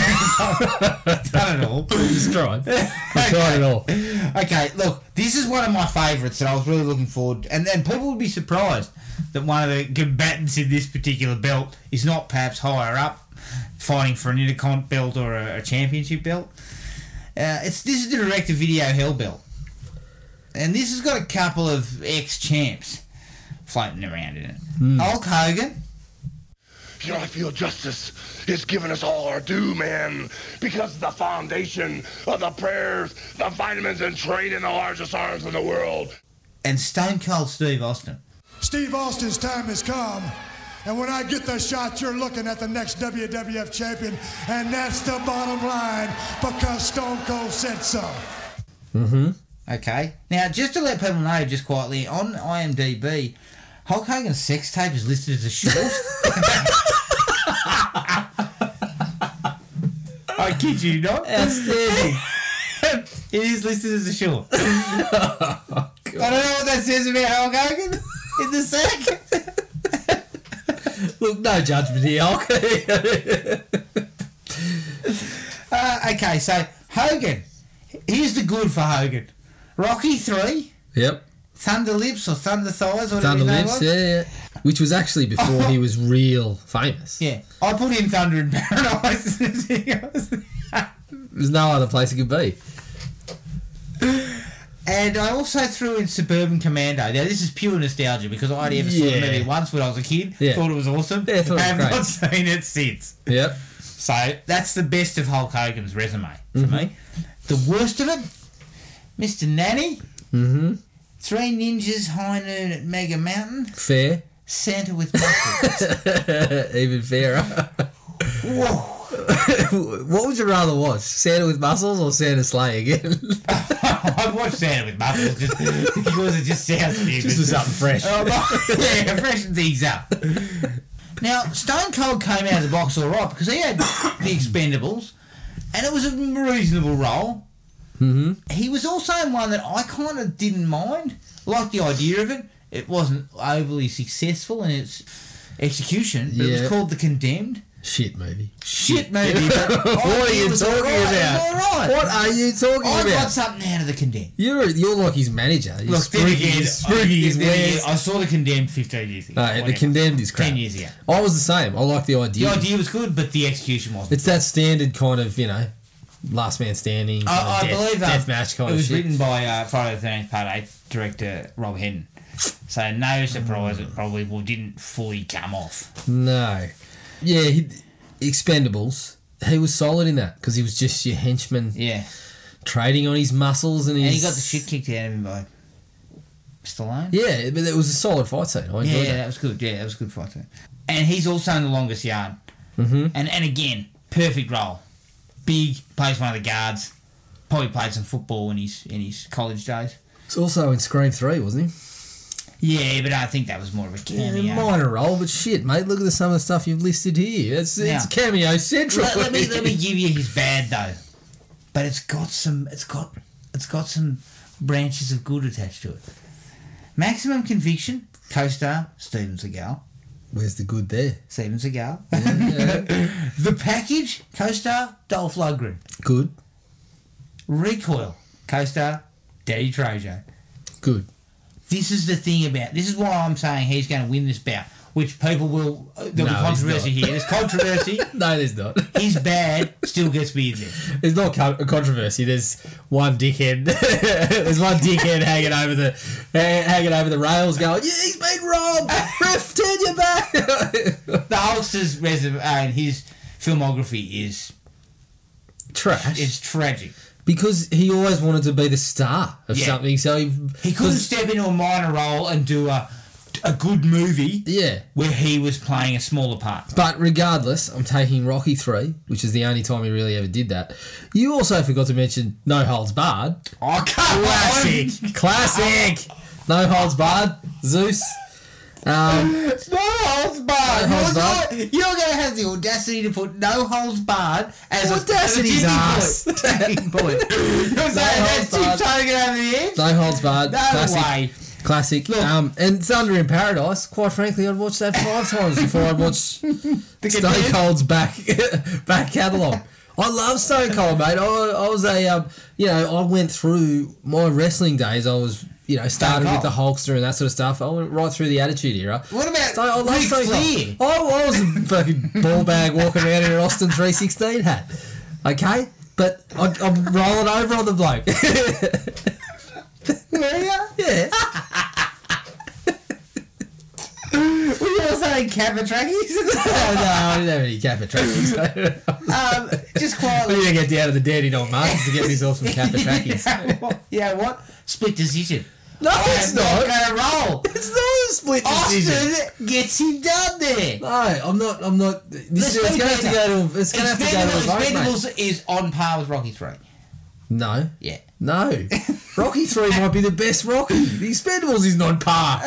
Speaker 2: done it all.
Speaker 3: He's tried. He's tried it all.
Speaker 2: Okay, look, this is one of my favourites that I was really looking forward to. And, and people would be surprised that one of the combatants in this particular belt is not perhaps higher up fighting for an intercont belt or a, a championship belt. Uh, it's This is the director video Hell Belt. And this has got a couple of ex champs floating around in it Hulk Hogan.
Speaker 5: You know, I feel justice is giving us all our due, man, because the foundation of the prayers, the vitamins, and trade in the largest arms in the world
Speaker 2: And Stone Cold Steve Austin.
Speaker 6: Steve Austin's time has come. And when I get the shot, you're looking at the next WWF champion. And that's the bottom line because Stone Cold said so.
Speaker 2: Okay. Now, just to let people know, just quietly, on IMDb, Hulk Hogan's sex tape is listed as a short. I kid you not.
Speaker 3: Outstanding.
Speaker 2: it is listed as a short.
Speaker 3: Oh,
Speaker 2: I don't know what that says about Hulk Hogan in the sack.
Speaker 3: Look, no judgment here. Okay.
Speaker 2: Uh, okay, so Hogan. Here's the good for Hogan Rocky 3,
Speaker 3: yep.
Speaker 2: Thunder Lips or Thunder Thighs, or whatever
Speaker 3: Thunder
Speaker 2: his name
Speaker 3: Lips,
Speaker 2: was.
Speaker 3: yeah, yeah. Which was actually before he was real famous.
Speaker 2: Yeah. I put in Thunder in Paradise.
Speaker 3: There's no other place it could be.
Speaker 2: And I also threw in Suburban Commando. Now this is pure nostalgia because I only ever saw the
Speaker 3: Yeah.
Speaker 2: movie once when I was a kid.
Speaker 3: Yeah.
Speaker 2: Thought it was awesome.
Speaker 3: Yeah, thought it was
Speaker 2: have
Speaker 3: great.
Speaker 2: not seen it since.
Speaker 3: Yep.
Speaker 2: So that's the best of Hulk Hogan's resume for
Speaker 3: Mm-hmm.
Speaker 2: me. The worst of it, Mr. Nanny. Mm-hmm. Three Ninjas High Noon at Mega Mountain.
Speaker 3: Fair.
Speaker 2: Santa with Mustard.
Speaker 3: Even fairer.
Speaker 2: Whoa.
Speaker 3: what would you rather watch? Santa with muscles or Santa Slay again?
Speaker 2: I've watched Santa with Mustard just because it just sounds stupid.
Speaker 3: this was something fresh.
Speaker 2: Oh, no. yeah, freshen things up. Now, Stone Cold came out of the box all right because he had the Expendables, and it was a reasonable role. Mm-hmm. He was also in one that I kind of didn't mind, like the idea of it. It wasn't overly successful in its execution, but it
Speaker 3: Yeah.
Speaker 2: was called The Condemned.
Speaker 3: Shit movie.
Speaker 2: Shit movie, but
Speaker 3: what are
Speaker 2: it
Speaker 3: you
Speaker 2: was
Speaker 3: talking
Speaker 2: all right, it was
Speaker 3: about?
Speaker 2: all right.
Speaker 3: What are you talking
Speaker 2: I got
Speaker 3: about?
Speaker 2: something out of The Condemned.
Speaker 3: You're you're like his manager. You're
Speaker 2: Look, then
Speaker 3: spooky-
Speaker 2: again,
Speaker 3: you're spooky
Speaker 2: I,
Speaker 3: his
Speaker 2: then again,
Speaker 3: wares.
Speaker 2: I saw The Condemned 15 years ago.
Speaker 3: No, the
Speaker 2: whatever.
Speaker 3: condemned is crap.
Speaker 2: 10 years ago.
Speaker 3: I was the same. I like the
Speaker 2: The
Speaker 3: idea.
Speaker 2: idea was good, but the execution wasn't.
Speaker 3: It's that standard kind of you know, last man standing. Kind
Speaker 2: I, I
Speaker 3: of death,
Speaker 2: believe um,
Speaker 3: death match kind
Speaker 2: it
Speaker 3: of
Speaker 2: was
Speaker 3: shit.
Speaker 2: written by uh, Friday the 13th Part 8 director Rob Henton. So no surprise, it probably well, didn't fully come off.
Speaker 3: No. Yeah, he, Expendables. He was solid in that because he was just your henchman
Speaker 2: Yeah.
Speaker 3: trading on his muscles and his.
Speaker 2: And he got the shit kicked out of him by Stallone.
Speaker 3: Yeah, but it was a solid fight scene. I enjoyed
Speaker 2: Yeah,
Speaker 3: that.
Speaker 2: that was good. Yeah, that was a good fight. too. And he's also in the longest yard. Mm-hmm. And and again, perfect role. Big plays one of the guards. Probably played some football in his in his college days.
Speaker 3: It's also in Scream Three, wasn't he?
Speaker 2: Yeah, but I think that was more of a cameo.
Speaker 3: minor role, but shit, mate. Look at the, some of the stuff you've listed here. It's it's
Speaker 2: Now-
Speaker 3: cameo central.
Speaker 2: let, let me let me give you his bad though, but it's got some it's got it's got some branches of good attached to it. Maximum Conviction, co-star Steven Seagal.
Speaker 3: Where's the good there?
Speaker 2: Steven Seagal.
Speaker 3: Mm.
Speaker 2: the Package, co-star Dolph Lundgren.
Speaker 3: Good,
Speaker 2: Recoil, co-star Daddy Trejo.
Speaker 3: good.
Speaker 2: This is the thing about this is why I'm saying he's going to win this bout. Which people will there'll
Speaker 3: No,
Speaker 2: be
Speaker 3: he's
Speaker 2: controversy
Speaker 3: not.
Speaker 2: here. There's controversy.
Speaker 3: No, there's not.
Speaker 2: he's bad, still gets me in there.
Speaker 3: There's not co- a controversy. There's one dickhead. there's one dickhead hanging over the hanging over the rails, going, "Yeah, he's been robbed. Ref, turn your back."
Speaker 2: The Hulkster's resume uh, and his filmography is
Speaker 3: Trash.
Speaker 2: is tragic.
Speaker 3: because he always wanted to be the star of
Speaker 2: Yeah.
Speaker 3: something. So he,
Speaker 2: He couldn't step into a minor role and do a a good movie
Speaker 3: Yeah.
Speaker 2: where he was playing a smaller part.
Speaker 3: But regardless, I'm taking Rocky 3, which is the only time he really ever did that. You also forgot to mention No Holds Barred.
Speaker 2: Oh, come on!
Speaker 3: Classic! No Holds Barred. Zeus. Um,
Speaker 2: No holes barred.
Speaker 3: No
Speaker 2: you're,
Speaker 3: holes barred.
Speaker 2: Gonna, you're gonna have the audacity to put no holes barred as
Speaker 3: Audacity's
Speaker 2: a as
Speaker 3: ass.
Speaker 2: a tipping point. Tipping point. You're saying that's
Speaker 3: holes
Speaker 2: too
Speaker 3: barred.
Speaker 2: trying to get over the edge?
Speaker 3: no Holds Barred.
Speaker 2: No
Speaker 3: classic.
Speaker 2: way.
Speaker 3: Classic.
Speaker 2: Look.
Speaker 3: Um, and Thunder in Paradise, quite frankly, I'd watch that five times before I'd watch Stone
Speaker 2: condemned?
Speaker 3: Cold's back back catalogue. I love Stone Cold, mate. I, I was a, um, you know, I went through my wrestling days. I was, you know, started with
Speaker 2: Cold.
Speaker 3: the Hulkster and that sort of stuff. I went right through the Attitude Era.
Speaker 2: What about
Speaker 3: Stone- I love
Speaker 2: Ric
Speaker 3: Stone
Speaker 2: Flair?
Speaker 3: Cold. Oh, I, I was a fucking ball bag walking around in an Austin 316 hat. Okay? But I, I'm rolling over on the bloke. yeah.
Speaker 2: Were you also in Capatrackies?
Speaker 3: Oh, no, I didn't have any Kappa trackies.
Speaker 2: um, just
Speaker 3: I need
Speaker 2: quietly.
Speaker 3: to get down to the dirty dog markets to get myself some Kappa trackies.
Speaker 2: yeah, what? yeah, what? Split decision.
Speaker 3: No,
Speaker 2: I
Speaker 3: it's
Speaker 2: am
Speaker 3: not.
Speaker 2: gonna roll.
Speaker 3: It's not a split decision.
Speaker 2: Austin gets him done there.
Speaker 3: No, I'm not. I'm not. This,
Speaker 2: Let's
Speaker 3: it's
Speaker 2: do
Speaker 3: gonna have to go to. It's gonna have to go to a vote, mate.
Speaker 2: Expendables is on par with Rocky Three.
Speaker 3: No,
Speaker 2: Yeah.
Speaker 3: no. Rocky Three might be the best Rocky. The Expendables is not par.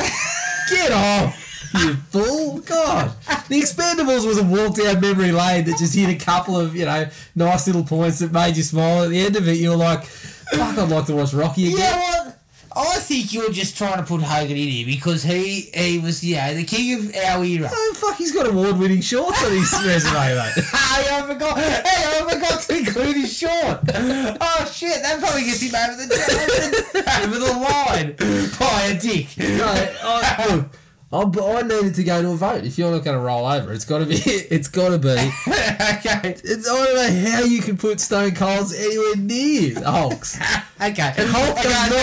Speaker 3: Get off, you fool! God, the Expendables was a walk down memory lane that just hit a couple of you know nice little points that made you smile. At the end of it, you were like, "Fuck, I'd like to watch Rocky
Speaker 2: You
Speaker 3: again."
Speaker 2: know what? I think you're just trying to put Hogan in here because he he was you know the king of our era.
Speaker 3: Oh fuck, he's got award-winning shorts on his resume, mate.
Speaker 2: Hey, I forgot. Hey, I forgot to include his short. Oh shit, that probably gets him over the over the line by a dick.
Speaker 3: No, I, look, I'm, I needed to go to a vote. If you're not going to roll over, it's got to be. It's got to be.
Speaker 2: okay,
Speaker 3: It's, I don't know how you can put Stone Colds anywhere near the Hulk's.
Speaker 2: okay.
Speaker 3: And Hulk
Speaker 2: Okay,
Speaker 3: does not.
Speaker 2: no,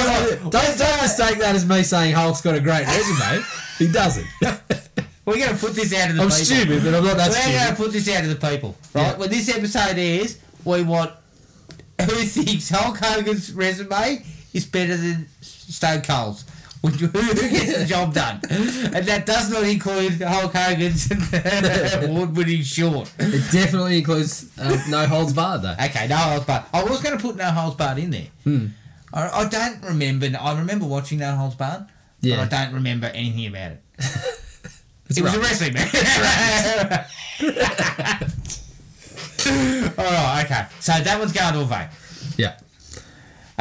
Speaker 2: no.
Speaker 3: Don't, don't mistake that as me saying Hulk's got a great resume. he doesn't.
Speaker 2: We're gonna put this out of the.
Speaker 3: I'm
Speaker 2: people.
Speaker 3: stupid, but I'm not that
Speaker 2: We're gonna
Speaker 3: stupid.
Speaker 2: put this out to the people, right?
Speaker 3: Yeah.
Speaker 2: When this episode airs, we want who thinks Hulk Hogan's resume is better than Stone Cold's. Who who gets the job done? And that does not include Hulk Hogan's award-winning short.
Speaker 3: It definitely includes um, no holds barred though.
Speaker 2: Okay, no holes barred. I was going to put no holes barred in there.
Speaker 3: Hmm.
Speaker 2: I, I don't remember. I remember watching no holes barred,
Speaker 3: Yeah.
Speaker 2: but I don't remember anything about it.
Speaker 3: It's
Speaker 2: It was a
Speaker 3: right.
Speaker 2: wrestling match. All right, okay. So that one's going to a vote.
Speaker 3: Yeah.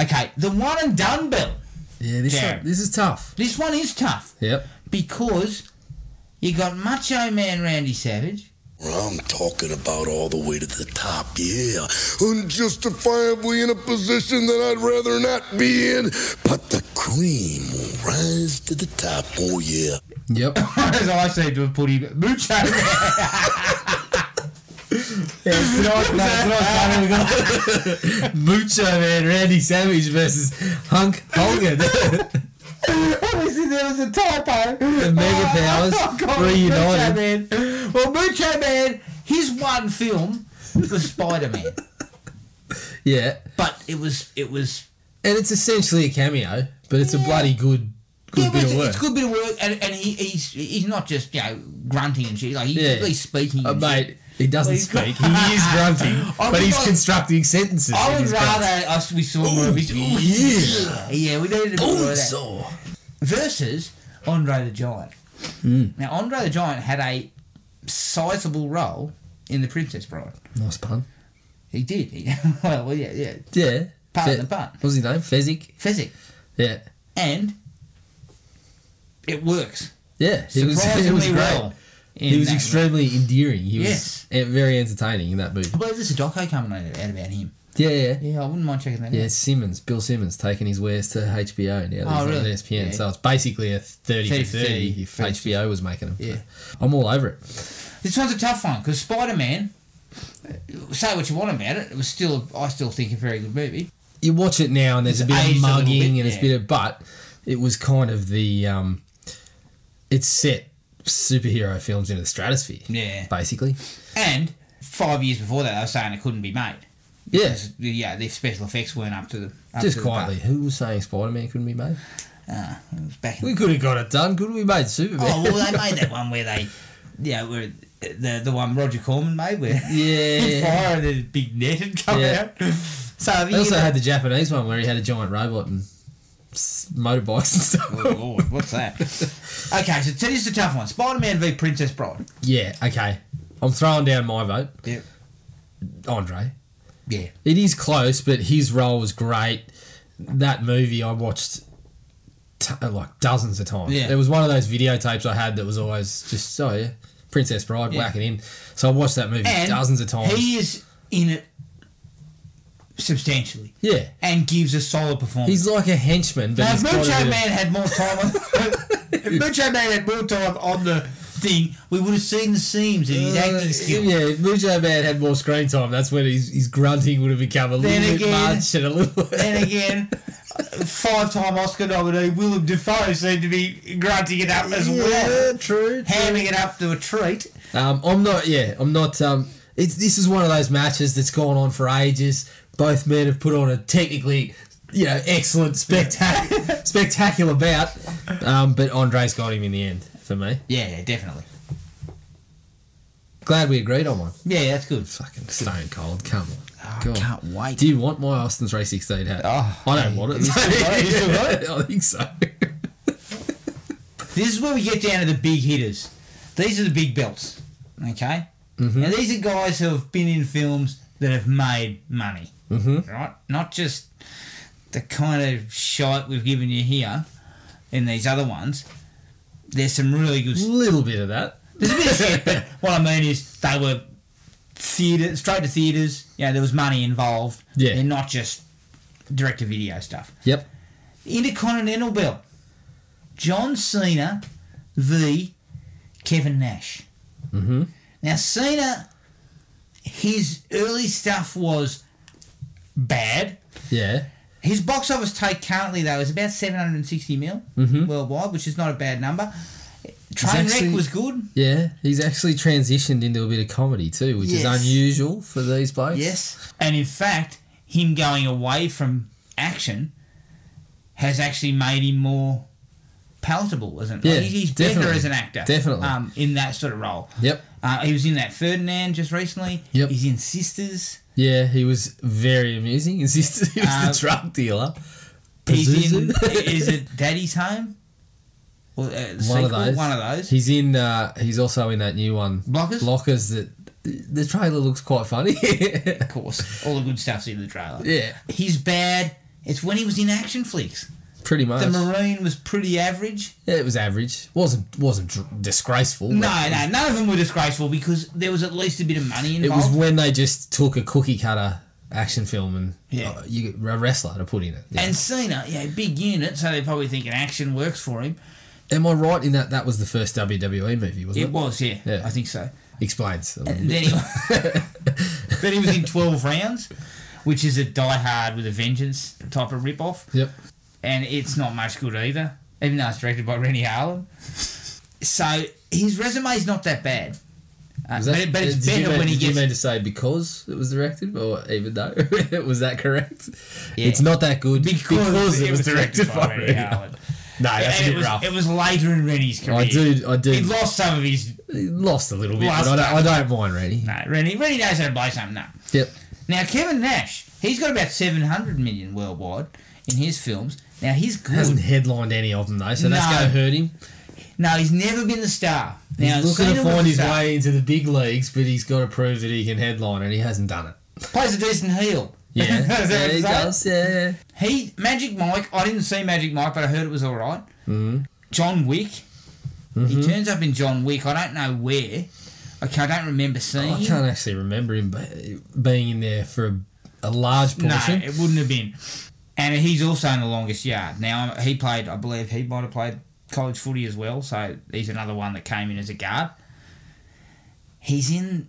Speaker 2: Okay, the one and done bill.
Speaker 3: Yeah. This
Speaker 2: Jared.
Speaker 3: one- this is tough.
Speaker 2: This one is tough
Speaker 3: Yep.
Speaker 2: because you got Macho Man Randy Savage.
Speaker 7: I'm talking about all the way to the top, yeah. Unjustifiably in a position that I'd rather not be in, but the cream will rise to the top, oh yeah.
Speaker 3: Yep.
Speaker 2: As I seem to have put him, Mucho Man.
Speaker 3: Mucho man, Randy Savage versus Hunk Hogan.
Speaker 2: Obviously, there was a typo. The
Speaker 3: Mega Powers reunited.
Speaker 2: Man. Well, Mucho Man, his one film was Spider Man,
Speaker 3: yeah,
Speaker 2: but it was it was
Speaker 3: and it's essentially a cameo, but it's a bloody good, good
Speaker 2: yeah, but
Speaker 3: bit
Speaker 2: it's,
Speaker 3: of
Speaker 2: it's
Speaker 3: work.
Speaker 2: good bit of work, and, and he, he's he's not just you know grunting and shit. Like he's
Speaker 3: Yeah.
Speaker 2: at least speaking.
Speaker 3: Uh,
Speaker 2: and shit.
Speaker 3: mate, he doesn't
Speaker 2: He's
Speaker 3: speak.
Speaker 2: got-
Speaker 3: He is grunting,
Speaker 2: I
Speaker 3: but he's
Speaker 2: would-
Speaker 3: constructing sentences.
Speaker 2: Oh, I
Speaker 3: with
Speaker 2: would
Speaker 3: his grunts.
Speaker 2: rather us we saw
Speaker 3: Oh,
Speaker 2: more of his.
Speaker 7: yeah.
Speaker 2: yeah, yeah, we needed to more of that.
Speaker 3: Bullsaw.
Speaker 2: Versus Andre the Giant.
Speaker 3: Hmm.
Speaker 2: Now Andre the Giant had a sizable role in The Princess Bride.
Speaker 3: Nice pun.
Speaker 2: He did. He, well, well, yeah, yeah.
Speaker 3: Yeah.
Speaker 2: Pardon
Speaker 3: Fe-
Speaker 2: the pun.
Speaker 3: What's his name? Fezzik.
Speaker 2: Physic,
Speaker 3: Yeah.
Speaker 2: and it works
Speaker 3: Yeah. He was.
Speaker 2: surprisingly
Speaker 3: He was great.
Speaker 2: well. in
Speaker 3: he was
Speaker 2: that.
Speaker 3: extremely endearing. He was
Speaker 2: Yes.
Speaker 3: eh, very entertaining in that movie.
Speaker 2: I believe there's a doco coming out out about him.
Speaker 3: Yeah, yeah.
Speaker 2: Yeah, I wouldn't mind checking that out.
Speaker 3: Yeah, Simmons, Bill Simmons, taking his wares to HBO now.
Speaker 2: Oh,
Speaker 3: Oh,
Speaker 2: really?
Speaker 3: really? ESPN.
Speaker 2: Yeah.
Speaker 3: So it's basically a 30,
Speaker 2: 30
Speaker 3: for 30, if
Speaker 2: 30.
Speaker 3: HBO was making them.
Speaker 2: Yeah.
Speaker 3: I'm all over it.
Speaker 2: This one's a tough one because Spider Man. Say what you want about it, it was still I still think a very good movie.
Speaker 3: You watch it now and there's a
Speaker 2: It's
Speaker 3: bit
Speaker 2: aged
Speaker 3: of
Speaker 2: a little
Speaker 3: mugging
Speaker 2: bit,
Speaker 3: and it's a
Speaker 2: yeah.
Speaker 3: bit of, but it was kind of the, um, it's set superhero films into the stratosphere.
Speaker 2: Yeah.
Speaker 3: Basically.
Speaker 2: And five years before that, they were saying it couldn't be made.
Speaker 3: Yeah.
Speaker 2: Because, yeah, the special effects weren't up to the. Up
Speaker 3: Just
Speaker 2: to the
Speaker 3: quietly, who was saying Spider Man couldn't be made?
Speaker 2: Uh, it was back in
Speaker 3: We could have got it done. Could we made Superman?
Speaker 2: Oh well, they made that one where they, yeah, where the the one Roger Corman made where
Speaker 3: Yeah.
Speaker 2: fire and the big net had come
Speaker 3: Yeah.
Speaker 2: out. So have
Speaker 3: They
Speaker 2: you
Speaker 3: also had the Japanese one where he had a giant robot and s- motorbikes and stuff.
Speaker 2: Oh, Lord, what's that? okay, so today's the tough one: Spider-Man v Princess Bride.
Speaker 3: yeah, okay. I'm throwing down my vote,
Speaker 2: Yeah,
Speaker 3: Andre.
Speaker 2: yeah,
Speaker 3: It is close, but his role was great. That movie I watched t- like dozens of times.
Speaker 2: Yeah.
Speaker 3: It was one of those videotapes I had that was always just so yeah, Princess Bride
Speaker 2: Yeah.
Speaker 3: whacking in. So I watched that movie
Speaker 2: and
Speaker 3: dozens of times.
Speaker 2: He is in it substantially
Speaker 3: yeah,
Speaker 2: and gives a solid performance.
Speaker 3: he's like a henchman, but
Speaker 2: Now,
Speaker 3: he's
Speaker 2: if
Speaker 3: got a
Speaker 2: Mucho
Speaker 3: bit of-
Speaker 2: Man had more time on if Mucho Man had more time on the thing, we would have seen the seams in his acting skills.
Speaker 3: Uh, Yeah, if Mujo Man had more screen time, that's when his, his grunting would have become a
Speaker 2: Then
Speaker 3: little
Speaker 2: again-
Speaker 3: bit much and a little.
Speaker 2: Then again, five-time Oscar nominee Willem Dafoe seemed to be grunting it up as well,
Speaker 3: true.
Speaker 2: hamming it up to a treat.
Speaker 3: Um, I'm not. Yeah, I'm not. Um, it's this is one of those matches that's gone on for ages. Both men have put on a technically, you know, excellent spectac- spectacular bout, um, but Andre's got him in the end for me.
Speaker 2: Yeah, yeah, definitely.
Speaker 3: Glad we agreed on one.
Speaker 2: Yeah, that's good.
Speaker 3: Fucking stone cold. Come on.
Speaker 2: I
Speaker 3: God.
Speaker 2: can't wait.
Speaker 3: Do you want my Austin's Ray 16 hat?
Speaker 2: Oh,
Speaker 3: I don't want it.
Speaker 2: you still got it? You still got
Speaker 3: I think so.
Speaker 2: This is where we get down to the big hitters. These are the big belts, okay? Now these are guys who have been in films that have made money, mm-hmm. right? Not just the kind of shite we've given you here in these other ones. There's some really good. s-
Speaker 3: little bit of that.
Speaker 2: There's a bit of shit, but what I mean is they were theatre straight to theaters. Yeah, there was money involved.
Speaker 3: Yeah.
Speaker 2: they're not just direct to video stuff.
Speaker 3: Yep.
Speaker 2: Intercontinental Belt. John Cena v. Kevin Nash. Mm-hmm. Now, Cena, his early stuff was bad.
Speaker 3: Yeah.
Speaker 2: His box office take currently, though, is about 760 mil worldwide, which is not a bad number. Trainwreck
Speaker 3: actually-
Speaker 2: was good.
Speaker 3: Yeah. He's actually transitioned into a bit of comedy too, which
Speaker 2: Yes.
Speaker 3: is unusual for these blokes.
Speaker 2: Yes. And in fact, him going away from action has actually made him more palatable, isn't it?
Speaker 3: Yeah,
Speaker 2: Like, he's better
Speaker 3: definitely.
Speaker 2: as an actor.
Speaker 3: Definitely.
Speaker 2: Um, in that sort of role.
Speaker 3: Yep.
Speaker 2: Uh, he was in that Ferdinand just recently.
Speaker 3: Yep.
Speaker 2: He's in Sisters.
Speaker 3: Yeah, he was very amusing. He's just, he was
Speaker 2: Uh,
Speaker 3: the drug dealer.
Speaker 2: He's in.
Speaker 3: Pazuzu.
Speaker 2: is it Daddy's Home? Or, uh, the
Speaker 3: one
Speaker 2: sequel?
Speaker 3: of those.
Speaker 2: One of those.
Speaker 3: He's in. Uh, he's also in that new one.
Speaker 2: Blockers?
Speaker 3: Blockers. That the trailer looks quite funny.
Speaker 2: of course, all the good stuff's in the trailer.
Speaker 3: Yeah.
Speaker 2: He's bad. It's when he was in action flicks.
Speaker 3: Pretty much.
Speaker 2: The Marine was pretty average.
Speaker 3: yeah, it was average. wasn't wasn't dr- disgraceful. but-
Speaker 2: No, no, none of them were disgraceful because there was at least a bit of money
Speaker 3: It was
Speaker 2: involved.
Speaker 3: when they just took a cookie cutter action film and
Speaker 2: Yeah.
Speaker 3: uh, you, a wrestler to put in it. Yeah.
Speaker 2: and Cena, yeah, big unit, so they probably think an action works for him.
Speaker 3: Am I right in that that was the first WWE movie, wasn't it?
Speaker 2: It Uh, was, yeah,
Speaker 3: Yeah.
Speaker 2: I think so.
Speaker 3: Explains.
Speaker 2: And then he, then he was in 12 rounds, which is a Die Hard with a Vengeance type of rip-off.
Speaker 3: Yep.
Speaker 2: and it's not much good either, even though it's directed by Rennie Harlan. So his resume's not that bad, uh,
Speaker 3: Was
Speaker 2: but,
Speaker 3: that-
Speaker 2: it- but it's
Speaker 3: did you
Speaker 2: better
Speaker 3: mean-
Speaker 2: when he
Speaker 3: did
Speaker 2: gets
Speaker 3: You mean to say because it was directed, or even though was that correct?
Speaker 2: Yeah.
Speaker 3: It's not that good
Speaker 2: because, it was directed by Rennie Harlan.
Speaker 3: No, that's
Speaker 2: And it
Speaker 3: a bit
Speaker 2: was,
Speaker 3: rough.
Speaker 2: It was later in Rennie's career.
Speaker 3: I do. I do.
Speaker 2: He lost some of his.
Speaker 3: lost a little bit,
Speaker 2: Lost
Speaker 3: but I don't, I don't mind Rennie.
Speaker 2: No, Rennie, Rennie knows how to blow something up.
Speaker 3: Yep.
Speaker 2: Now, Kevin Nash, he's got about 700 million worldwide in his films. Now, he's good.
Speaker 3: Hasn't headlined any of them though, so that's
Speaker 2: No.
Speaker 3: going to hurt him.
Speaker 2: No, he's never been the star. Now,
Speaker 3: he's looking
Speaker 2: Cena
Speaker 3: to
Speaker 2: was
Speaker 3: find
Speaker 2: the
Speaker 3: his
Speaker 2: star.
Speaker 3: way into the big leagues, but he's got to prove that he can headline, and he hasn't done it.
Speaker 2: Plays a decent heel.
Speaker 3: Yeah,
Speaker 2: Is that what
Speaker 3: yeah,
Speaker 2: you
Speaker 3: he
Speaker 2: say?
Speaker 3: does. Yeah, yeah.
Speaker 2: He, Magic Mike, I didn't see Magic Mike, but I heard it was all right.
Speaker 3: Mm-hmm.
Speaker 2: John Wick. He turns up in John Wick. I don't know where. Okay, I don't remember seeing
Speaker 3: Oh, I
Speaker 2: him.
Speaker 3: can't actually remember him be- being in there for a, a large portion.
Speaker 2: No, it wouldn't have been. And he's also in the longest yard. Now he played, I believe he might have played college footy as well. So he's another one that came in as a guard. He's in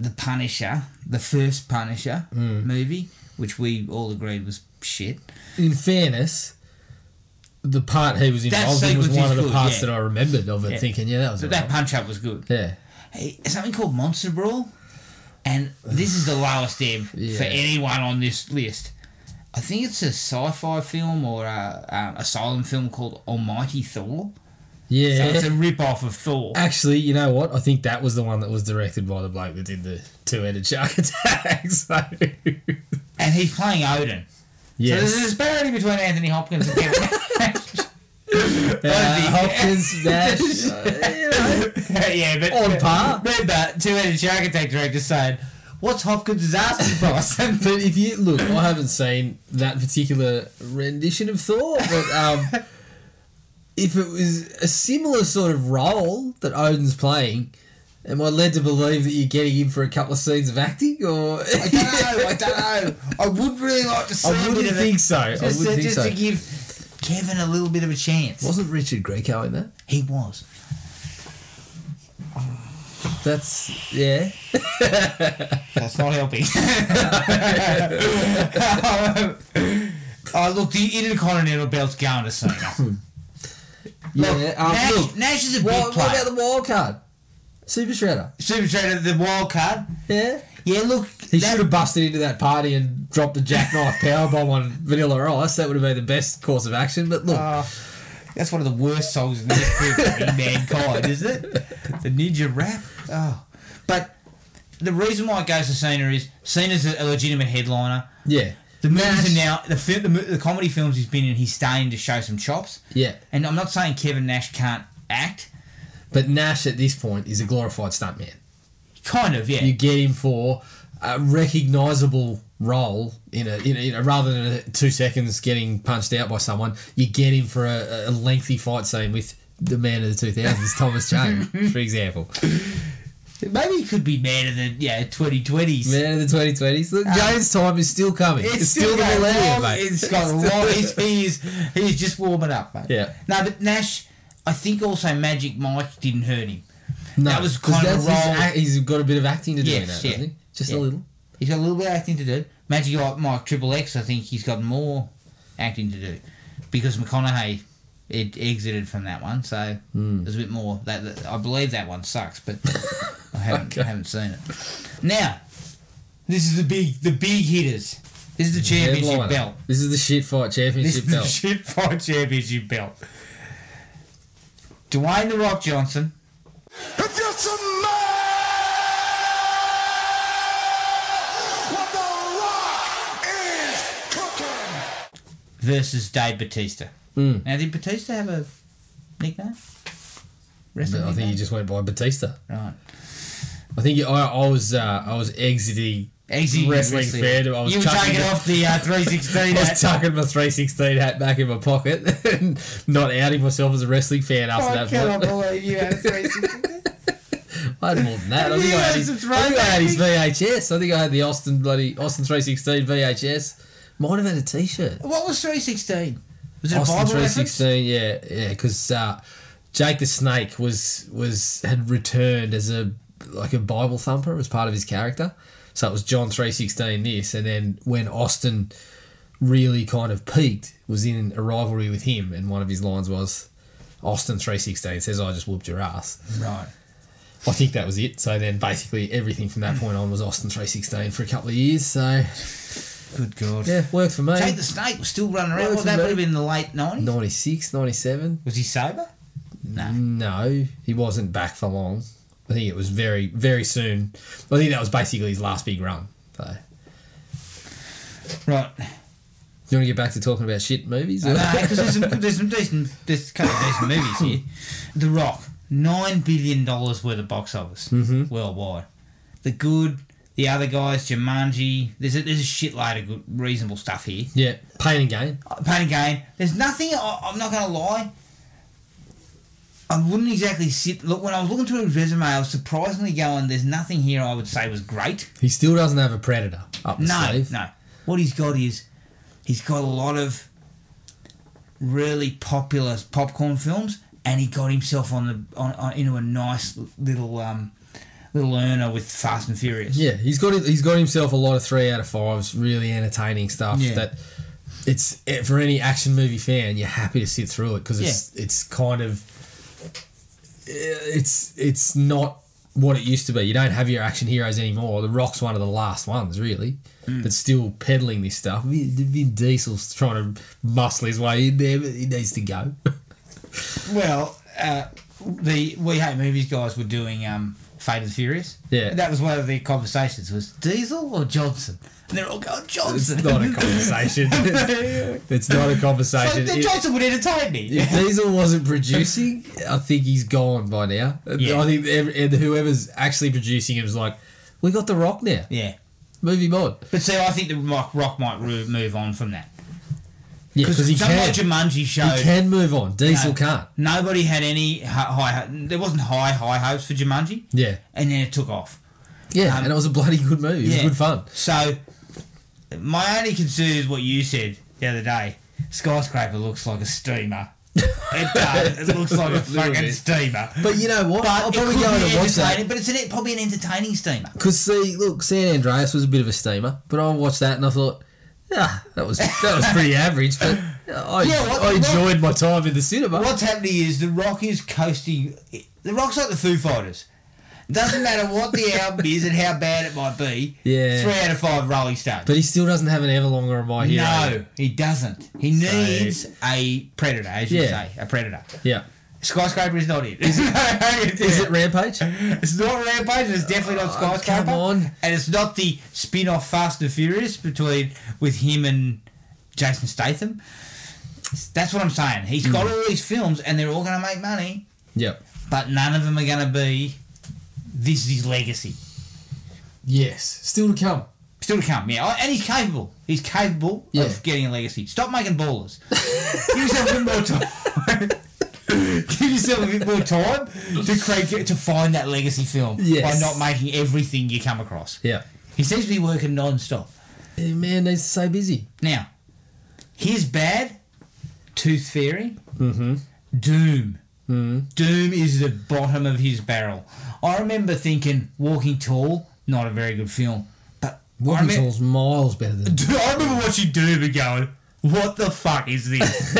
Speaker 2: the Punisher, the first Punisher
Speaker 3: Mm.
Speaker 2: movie, which we all agreed was shit.
Speaker 3: In fairness, the part he was
Speaker 2: That
Speaker 3: involved in was
Speaker 2: sequence
Speaker 3: one
Speaker 2: is
Speaker 3: of the
Speaker 2: good,
Speaker 3: parts
Speaker 2: yeah.
Speaker 3: that I remembered of it,
Speaker 2: Yeah.
Speaker 3: thinking, yeah, that was
Speaker 2: So
Speaker 3: all
Speaker 2: that
Speaker 3: right.
Speaker 2: punch up was good.
Speaker 3: Yeah.
Speaker 2: Hey, something called Monster Brawl. and this is the lowest ebb for
Speaker 3: Yeah.
Speaker 2: anyone on this list. I think it's a sci-fi film or a um, asylum film called Almighty Thor. So
Speaker 3: Yeah.
Speaker 2: it's a rip-off of Thor.
Speaker 3: Actually, you know what? I think that was the one that was directed by the bloke that did the two-headed shark attack. So,
Speaker 2: And he's playing Odin. So there's a
Speaker 3: yes,
Speaker 2: disparity between Anthony Hopkins and Kevin.
Speaker 3: uh,
Speaker 2: Odin.
Speaker 3: Hopkins, Nash, uh, you know,
Speaker 2: yeah, but
Speaker 3: on par.
Speaker 2: remember, two-headed shark attack director saying, "What's Hopkins' asking boss?" and
Speaker 3: But if you look, I haven't seen that particular rendition of Thor, but um, if it was a similar sort of role that Odin's playing, am I led to believe that you're getting him for a couple of scenes of acting? Or
Speaker 2: I don't know. I don't know. I would really like to see.
Speaker 3: I
Speaker 2: a bit
Speaker 3: wouldn't
Speaker 2: of it.
Speaker 3: think so. I
Speaker 2: Just, to,
Speaker 3: wouldn't think
Speaker 2: just
Speaker 3: so.
Speaker 2: to give Kevin a little bit of a chance.
Speaker 3: Wasn't Richard Greco in that?
Speaker 2: He was.
Speaker 3: That's yeah.
Speaker 2: That's not helping. oh, look, the Intercontinental Belt's going to Cena.
Speaker 3: Yeah, um,
Speaker 2: Nash,
Speaker 3: look,
Speaker 2: Nash is a big
Speaker 3: what,
Speaker 2: player.
Speaker 3: what about the wild card? Super Shredder.
Speaker 2: Super Trader, the wild card.
Speaker 3: Yeah.
Speaker 2: Yeah, look.
Speaker 3: He
Speaker 2: that-
Speaker 3: should have busted into that party and dropped a jackknife powerbomb on Vanilla Ice. That would have been the best course of action. But look,
Speaker 2: Uh, that's one of the worst songs in the history of mankind, isn't it? The ninja rap. Oh, but the reason why it goes to Cena is Cena's a a legitimate headliner.
Speaker 3: yeah,
Speaker 2: The movies are now the, fi- the mo- the comedy films he's been in. He's starting to show some chops.
Speaker 3: yeah.
Speaker 2: And I'm not saying Kevin Nash can't act.
Speaker 3: But Nash at this point is a glorified stuntman.
Speaker 2: Kind of, yeah.
Speaker 3: You get him for a recognizable role in a, in a, in a rather than a two seconds getting punched out by someone. You get him for a, a lengthy fight scene with the man of the two thousands, Thomas Jones, for example.
Speaker 2: Maybe he could be man of the yeah 2020s.
Speaker 3: Man of the 2020s. Look, James' time is still coming. It's, still, the
Speaker 2: Uh, going
Speaker 3: millennium,
Speaker 2: long.
Speaker 3: mate.
Speaker 2: It's got a lot. He's, he's he's just warming up, mate.
Speaker 3: Yeah.
Speaker 2: No, but Nash, I think also Magic Mike didn't hurt him.
Speaker 3: No,
Speaker 2: that was
Speaker 3: 'cause
Speaker 2: kind of
Speaker 3: that's
Speaker 2: wrong.
Speaker 3: His, act- he's got a bit of acting to do
Speaker 2: Yes,
Speaker 3: in that,
Speaker 2: yeah.
Speaker 3: doesn't he? Just
Speaker 2: Yeah.
Speaker 3: a little.
Speaker 2: He's got a little bit of acting to do. Magic Mike Triple X, I think he's got more acting to do because McConaughey it exited from that one, so
Speaker 3: Hmm.
Speaker 2: there's a bit more. That, that- I believe that one sucks, but I haven't
Speaker 3: Okay.
Speaker 2: haven't seen it. Now, this is the big the big hitters. This is the championship
Speaker 3: Headliner.
Speaker 2: belt.
Speaker 3: This is the shit fight
Speaker 2: This
Speaker 3: championship
Speaker 2: is the
Speaker 3: belt.
Speaker 2: shit fight championship belt. Dwayne the Rock Johnson.
Speaker 4: If you're some man, what the rock is cooking.
Speaker 2: versus Dave Batista.
Speaker 3: Mm.
Speaker 2: Now, did Batista have a nickname?
Speaker 3: But
Speaker 2: Wrestling
Speaker 3: I think
Speaker 2: nickname?
Speaker 3: he just went by Batista.
Speaker 2: right.
Speaker 3: I think he- I, I was uh, I was exiting.
Speaker 2: Exiting
Speaker 3: Wrestling fan, I was
Speaker 2: you were
Speaker 3: chucking
Speaker 2: taking
Speaker 3: it.
Speaker 2: off the uh, 316.
Speaker 3: I was
Speaker 2: hat.
Speaker 3: tucking my 316 hat back in my pocket and not outing myself as a wrestling fan after
Speaker 2: Oh, I
Speaker 3: that
Speaker 2: cannot
Speaker 3: point.
Speaker 2: believe you had a 316.
Speaker 3: I had more than that. I
Speaker 2: You
Speaker 3: think I
Speaker 2: had
Speaker 3: had, his, I
Speaker 2: some
Speaker 3: think I had his
Speaker 2: throwback
Speaker 3: VHS. I think I had the Austin bloody Austin 316 VHS. Might have had a T-shirt.
Speaker 2: what was 316? Was it a
Speaker 3: Austin
Speaker 2: Bible
Speaker 3: three
Speaker 2: reference?
Speaker 3: sixteen, yeah, yeah, because uh, Jake the Snake was was had returned as a like a Bible thumper as part of his character, so it was John three sixteen this, and then when Austin really kind of peaked was in a rivalry with him, and one of his lines was Austin three sixteen says I just whooped your ass.
Speaker 2: Right.
Speaker 3: I think that was it. So then basically everything from that point on was Austin three sixteen for a couple of years. So
Speaker 2: Good God.
Speaker 3: yeah, worked for me.
Speaker 2: Jake the Snake was still running around.
Speaker 3: Well,
Speaker 2: Well, that
Speaker 3: it's
Speaker 2: would have been in the late 90s.
Speaker 3: 96, 97.
Speaker 2: Was he sober? No.
Speaker 3: Mm. No, he wasn't back for long. I think it was very, very soon. I think that was basically his last big run. So, you
Speaker 2: Right.
Speaker 3: want to get back to talking about shit movies? or-
Speaker 2: because there's some, there's some decent, there's a couple of decent movies here. The Rock, nine billion dollars worth of box office worldwide. The Good, the other guys, Jumanji. There's a, there's a shitload of good, reasonable stuff here.
Speaker 3: yeah, Pain and Gain.
Speaker 2: Uh, Pain and Gain. There's nothing. I, I'm not gonna lie. I wouldn't exactly sit. Look, when I was looking through his resume, I was surprisingly going. There's nothing here I would say was great.
Speaker 3: He still doesn't have a predator up his
Speaker 2: No,
Speaker 3: sleeve.
Speaker 2: no. What he's got is he's got a lot of really popular popcorn films, and he got himself on the on, on into a nice little um little earner with Fast and Furious.
Speaker 3: Yeah, he's got he's got himself a lot of three out of fives, really entertaining stuff.
Speaker 2: Yeah.
Speaker 3: That it's for any action movie fan, you're happy to sit through it because it's it's kind of it's it's not what it used to be. You don't have your action heroes anymore. The Rock's one of the last ones, really, that's still peddling this stuff. Vin Vin Diesel's trying to muscle his way in there, but he needs to go.
Speaker 2: Well, uh, the We Hate Movies guys were doing um, Fate of the Furious.
Speaker 3: Yeah.
Speaker 2: And that was one of the conversations was Diesel or Johnson? And they're all going,
Speaker 3: it's
Speaker 2: Johnson.
Speaker 3: not a conversation. it's not a
Speaker 2: Like,
Speaker 3: conversation.
Speaker 2: the
Speaker 3: If-
Speaker 2: Johnson would entertain me.
Speaker 3: If Diesel wasn't producing, I think he's gone by now.
Speaker 2: Yeah.
Speaker 3: I think every, and whoever's actually producing him is like, we got The Rock now.
Speaker 2: Yeah.
Speaker 3: Move him on.
Speaker 2: But see, I think the Rock, Rock might ro- move on from that.
Speaker 3: Yeah, because he
Speaker 2: some
Speaker 3: can.
Speaker 2: like Jumanji showed
Speaker 3: He can move on. Diesel
Speaker 2: No.
Speaker 3: can't.
Speaker 2: nobody had any hi- high. There wasn't high high hopes for Jumanji,
Speaker 3: Yeah.
Speaker 2: and then it took off.
Speaker 3: Yeah,
Speaker 2: Um,
Speaker 3: and it was a bloody good movie. It was
Speaker 2: yeah.
Speaker 3: good fun.
Speaker 2: So, my only concern is what you said the other day. Skyscraper looks like a steamer. It does. It looks like a
Speaker 3: Little
Speaker 2: fucking
Speaker 3: bit.
Speaker 2: steamer.
Speaker 3: But you know what? I'll
Speaker 2: it
Speaker 3: probably
Speaker 2: could
Speaker 3: go in
Speaker 2: be
Speaker 3: and watch
Speaker 2: entertaining,
Speaker 3: that.
Speaker 2: But it's an, probably an entertaining steamer.
Speaker 3: Because, see, look, San Andreas was a bit of a steamer, but I watched that and I thought, ah, that was that was pretty average, but I,
Speaker 2: Yeah, what-
Speaker 3: I enjoyed my time in the cinema.
Speaker 2: What's happening is the Rock is coasting. The Rock's like the Foo Fighters. Doesn't matter what the album is and how bad it might be.
Speaker 3: Yeah.
Speaker 2: Three out of five Rolling Stones.
Speaker 3: But he still doesn't have an Everlong or a My Hero.
Speaker 2: no, he doesn't. He needs a predator, as you
Speaker 3: Yeah.
Speaker 2: say, a predator.
Speaker 3: Yeah.
Speaker 2: Skyscraper is not it. Is it,
Speaker 3: Is it Rampage?
Speaker 2: It's not Rampage. It's definitely not
Speaker 3: Oh,
Speaker 2: Skyscraper.
Speaker 3: come on.
Speaker 2: And it's not the spin-off Fast and Furious between with him and Jason Statham. That's what I'm saying. He's
Speaker 3: Hmm.
Speaker 2: got all these films, and they're all going to make money,
Speaker 3: Yep.
Speaker 2: but none of them are going to be. This is his legacy.
Speaker 3: Yes. Still to come.
Speaker 2: Still to come, yeah. And he's capable. He's capable
Speaker 3: Yeah.
Speaker 2: of getting a legacy. Stop making ballers. Give yourself a bit more time. Give yourself a bit more time to create to find that legacy film
Speaker 3: Yes.
Speaker 2: by not making everything you come across.
Speaker 3: Yeah.
Speaker 2: He seems to be working non-stop.
Speaker 3: Eh, Man needs to stay busy.
Speaker 2: Now, here's bad. Tooth Fairy. Mm-hmm. Doom.
Speaker 3: Mm-hmm.
Speaker 2: Mm. Doom is the bottom of his barrel. I remember thinking Walking Tall, not a very good film. But I
Speaker 3: Walking
Speaker 2: remem-
Speaker 3: Tall's miles better than.
Speaker 2: Dude, I remember watching Doom and going, what the fuck is this?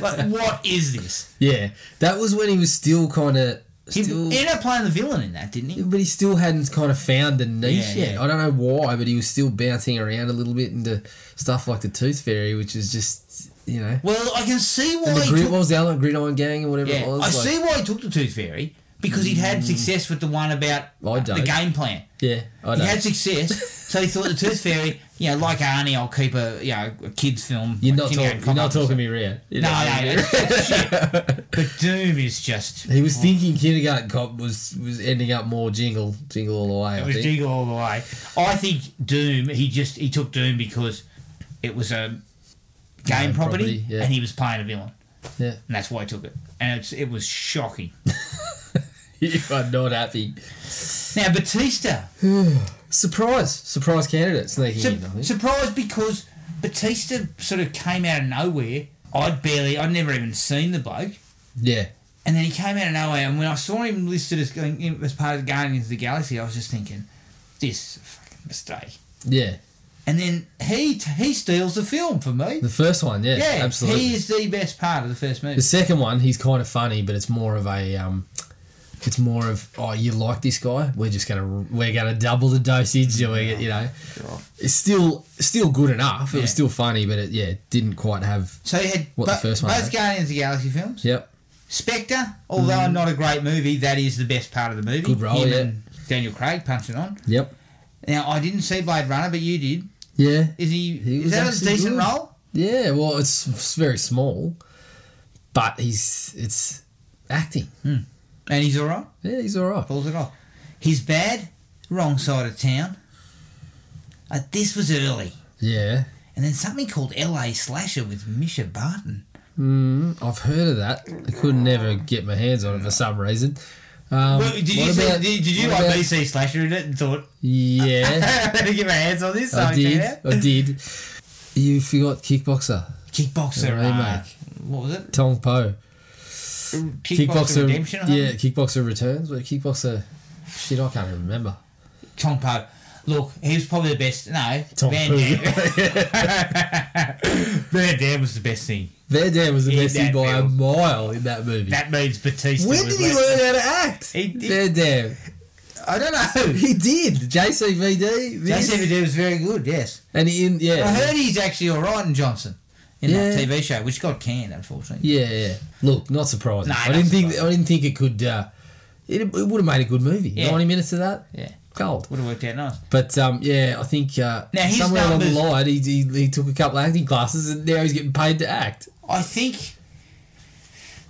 Speaker 2: like, what is this?
Speaker 3: Yeah. That was when he was still kind of.
Speaker 2: He
Speaker 3: Still,
Speaker 2: ended up playing the villain in that, didn't he?
Speaker 3: but he still hadn't kind of found the niche
Speaker 2: Yeah,
Speaker 3: yet.
Speaker 2: yeah.
Speaker 3: I don't know why, but he was still bouncing around a little bit into stuff like the Tooth Fairy, which is just, you know.
Speaker 2: Well, I can see why
Speaker 3: And the
Speaker 2: he
Speaker 3: grid,
Speaker 2: took...
Speaker 3: what was the other one? Gridiron Gang or whatever
Speaker 2: Yeah,
Speaker 3: it was?
Speaker 2: I
Speaker 3: like- Mm.
Speaker 2: see why he took the Tooth Fairy, because he'd had success with the one about
Speaker 3: I
Speaker 2: the
Speaker 3: don't.
Speaker 2: game plan.
Speaker 3: Yeah, I
Speaker 2: He
Speaker 3: know.
Speaker 2: had success, so he thought the Tooth Fairy, you know, like Arnie, I'll keep a, you know, a kid's film.
Speaker 3: You're
Speaker 2: like
Speaker 3: not,
Speaker 2: Kinny
Speaker 3: talking.
Speaker 2: and
Speaker 3: you're not
Speaker 2: Cock Up and
Speaker 3: talking me around. You're
Speaker 2: stuff.
Speaker 3: not talking me
Speaker 2: No, no,
Speaker 3: around.
Speaker 2: no. shit. But Doom is just...
Speaker 3: He was thinking Kindergarten Cop was was ending up more jingle jingle all the way.
Speaker 2: It
Speaker 3: I
Speaker 2: was
Speaker 3: think.
Speaker 2: Jingle all the way. I think Doom. He just he took Doom because it was a game
Speaker 3: Game
Speaker 2: property,
Speaker 3: property, yeah.
Speaker 2: and he was playing a villain,
Speaker 3: yeah.
Speaker 2: and that's why he took it. And it's, it was shocking.
Speaker 3: you are not happy.
Speaker 2: now Batista
Speaker 3: Surprise, surprise candidate sneaking
Speaker 2: Sur-
Speaker 3: in. I think.
Speaker 2: surprised because Batista sort of came out of nowhere. I'd barely, I'd never even seen the bloke,
Speaker 3: yeah,
Speaker 2: and then he came out of nowhere. And when I saw him listed as going in- as part of Guardians of the Galaxy, I was just thinking, this is a fucking mistake.
Speaker 3: yeah.
Speaker 2: And then he he steals the film for me.
Speaker 3: The first one, yeah,
Speaker 2: Yeah,
Speaker 3: absolutely.
Speaker 2: He is the best part of the first movie.
Speaker 3: the second one, he's kind of funny, but it's more of a um, it's more of oh, you like this guy? We're just gonna we're gonna double the dosage. and We're, you know, it's still still good enough. It
Speaker 2: Yeah.
Speaker 3: was still funny, but it yeah it didn't quite have.
Speaker 2: so you had
Speaker 3: What,
Speaker 2: bo-
Speaker 3: the first one,
Speaker 2: both
Speaker 3: right?
Speaker 2: Guardians of the Galaxy films.
Speaker 3: Yep.
Speaker 2: Spectre, although not a great movie, that is the best part of the movie.
Speaker 3: Good role,
Speaker 2: Him
Speaker 3: yeah.
Speaker 2: and Daniel Craig punching on.
Speaker 3: Yep.
Speaker 2: Now I didn't see Blade Runner, but you did.
Speaker 3: Yeah.
Speaker 2: Is he?
Speaker 3: He
Speaker 2: is
Speaker 3: was
Speaker 2: that a
Speaker 3: actually
Speaker 2: decent
Speaker 3: good.
Speaker 2: role?
Speaker 3: Yeah, well, it's, it's very small, but he's it's acting.
Speaker 2: And he's all right.
Speaker 3: Yeah, he's all right.
Speaker 2: Pulls it off. He's bad. Wrong side of town. Uh, this was early,
Speaker 3: Yeah,
Speaker 2: and then something called L.A. Slasher with Misha Barton.
Speaker 3: mm, I've heard of that.
Speaker 2: Mm.
Speaker 3: I could never get my hands on it for some reason. Um,
Speaker 2: Well, did you
Speaker 3: what
Speaker 2: see,
Speaker 3: about-
Speaker 2: did, did you
Speaker 3: what
Speaker 2: like
Speaker 3: about-
Speaker 2: BC Slasher in it and thought,
Speaker 3: Yeah,
Speaker 2: I better get my hands on this? So
Speaker 3: I
Speaker 2: check it
Speaker 3: did.
Speaker 2: out?
Speaker 3: I did. You forgot Kickboxer,
Speaker 2: Kickboxer
Speaker 3: A
Speaker 2: uh,
Speaker 3: remake.
Speaker 2: what was it?
Speaker 3: Tong Po.
Speaker 2: Kickboxer, Redemption. Or
Speaker 3: yeah,
Speaker 2: yeah,
Speaker 3: Kickboxer Returns. What Kickboxer? Shit, I can't even remember.
Speaker 2: Tong Po. Look, he was probably the best. No,
Speaker 3: Tong
Speaker 2: Van
Speaker 3: Po.
Speaker 2: Damme. Van Damme was the best thing.
Speaker 3: Van Damme was the
Speaker 2: In
Speaker 3: best
Speaker 2: that
Speaker 3: thing by a
Speaker 2: film.
Speaker 3: mile in that movie.
Speaker 2: That means Batista.
Speaker 3: when
Speaker 2: was
Speaker 3: did he
Speaker 2: left-
Speaker 3: learn how to act?
Speaker 2: He- he-
Speaker 3: Van Damme.
Speaker 2: I don't know.
Speaker 3: He did JCVD. this-
Speaker 2: JCVD was very good. Yes,
Speaker 3: and he in yeah,
Speaker 2: I heard he's actually all right in Johnson in that
Speaker 3: Yeah.
Speaker 2: TV show, which got canned unfortunately.
Speaker 3: yeah, yeah. Look, not surprising.
Speaker 2: Nah,
Speaker 3: I
Speaker 2: not
Speaker 3: didn't think
Speaker 2: surprising.
Speaker 3: I didn't think it could. Uh, it, it would have made a good movie.
Speaker 2: Yeah.
Speaker 3: Ninety minutes of that,
Speaker 2: Yeah,
Speaker 3: gold.
Speaker 2: would have worked out nice.
Speaker 3: But um, yeah, I think uh,
Speaker 2: Now, his
Speaker 3: somewhere
Speaker 2: numbers-
Speaker 3: along the line, he, he, he took a couple of acting classes, and now he's getting paid to act.
Speaker 2: I think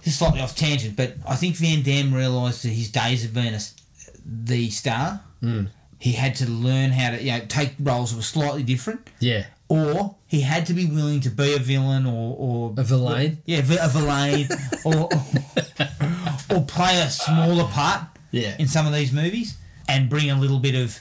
Speaker 2: this is slightly off tangent, but I think Van Damme realised that his days of being a, s- the star,
Speaker 3: Hmm.
Speaker 2: he had to learn how to you know take roles that were slightly different,
Speaker 3: Yeah,
Speaker 2: or he had to be willing to be a villain or or
Speaker 3: a villain.
Speaker 2: yeah vi- a villain or, or or play a smaller part
Speaker 3: Yeah,
Speaker 2: in some of these movies and bring a little bit of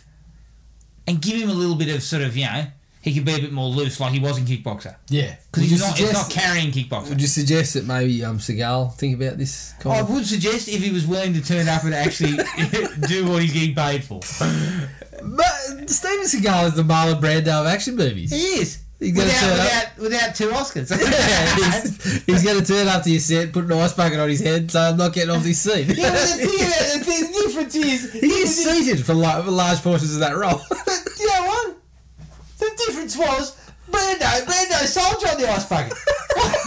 Speaker 2: and give him a little bit of sort of you know he could be a bit more loose like he was in Kickboxer
Speaker 3: yeah.
Speaker 2: because he's
Speaker 3: Would you
Speaker 2: not, he's
Speaker 3: suggest-
Speaker 2: not carrying Kickboxer.
Speaker 3: Would you suggest that maybe um, Seagal think about this?
Speaker 2: I
Speaker 3: Kind of-
Speaker 2: would suggest if he was willing to turn up and actually do what he's getting paid for.
Speaker 3: but Steven Seagal is the Marlon Brando of action movies.
Speaker 2: He is.
Speaker 3: You
Speaker 2: Without,
Speaker 3: gotta turn up.
Speaker 2: without, without two Oscars.
Speaker 3: Yeah, he's, he's going to turn up to your set, put an ice bucket on his head, so I'm not getting off this scene.
Speaker 2: Yeah, but the, thing about the thing- the difference is,
Speaker 3: He
Speaker 2: he
Speaker 3: is
Speaker 2: was in,
Speaker 3: seated for, la- for large portions of that role.
Speaker 2: but you know what? The difference was Brando, Brando sold you on the ice bucket.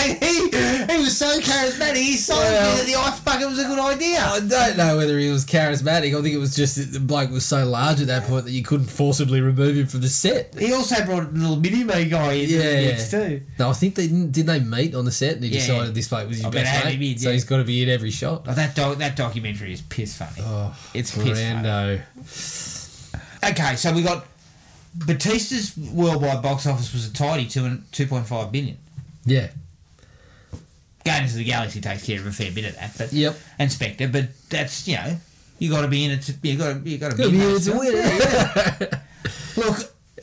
Speaker 2: he, he was so charismatic, he sold
Speaker 3: Well-
Speaker 2: me that the ice bucket was a good
Speaker 3: I
Speaker 2: idea.
Speaker 3: don't know whether he was charismatic. I think it was just that the bloke was so large at that point that you couldn't forcibly remove him from the set.
Speaker 2: He also brought a little mini me guy in
Speaker 3: Yeah,
Speaker 2: the
Speaker 3: yeah.
Speaker 2: mix too.
Speaker 3: No, I think they didn't. Did they meet on the set and he
Speaker 2: Yeah,
Speaker 3: decided
Speaker 2: yeah.
Speaker 3: this bloke was
Speaker 2: I
Speaker 3: your
Speaker 2: bet
Speaker 3: best
Speaker 2: Andy
Speaker 3: mate?
Speaker 2: did,
Speaker 3: So
Speaker 2: yeah.
Speaker 3: he's got to be in every shot.
Speaker 2: Oh, that doc- that documentary is piss funny.
Speaker 3: Oh,
Speaker 2: it's piss funny.
Speaker 3: Brando.
Speaker 2: Okay, so we got Batista's worldwide box office was a tidy two and two point five billion.
Speaker 3: Yeah,
Speaker 2: Guardians of the Galaxy takes care of a fair bit of that, but
Speaker 3: Yep.
Speaker 2: and Spectre, but that's you know you got to be in it. To, you got to you got to be.
Speaker 3: gotta
Speaker 2: in
Speaker 3: be
Speaker 2: that
Speaker 3: able to
Speaker 2: stuff.
Speaker 3: win it.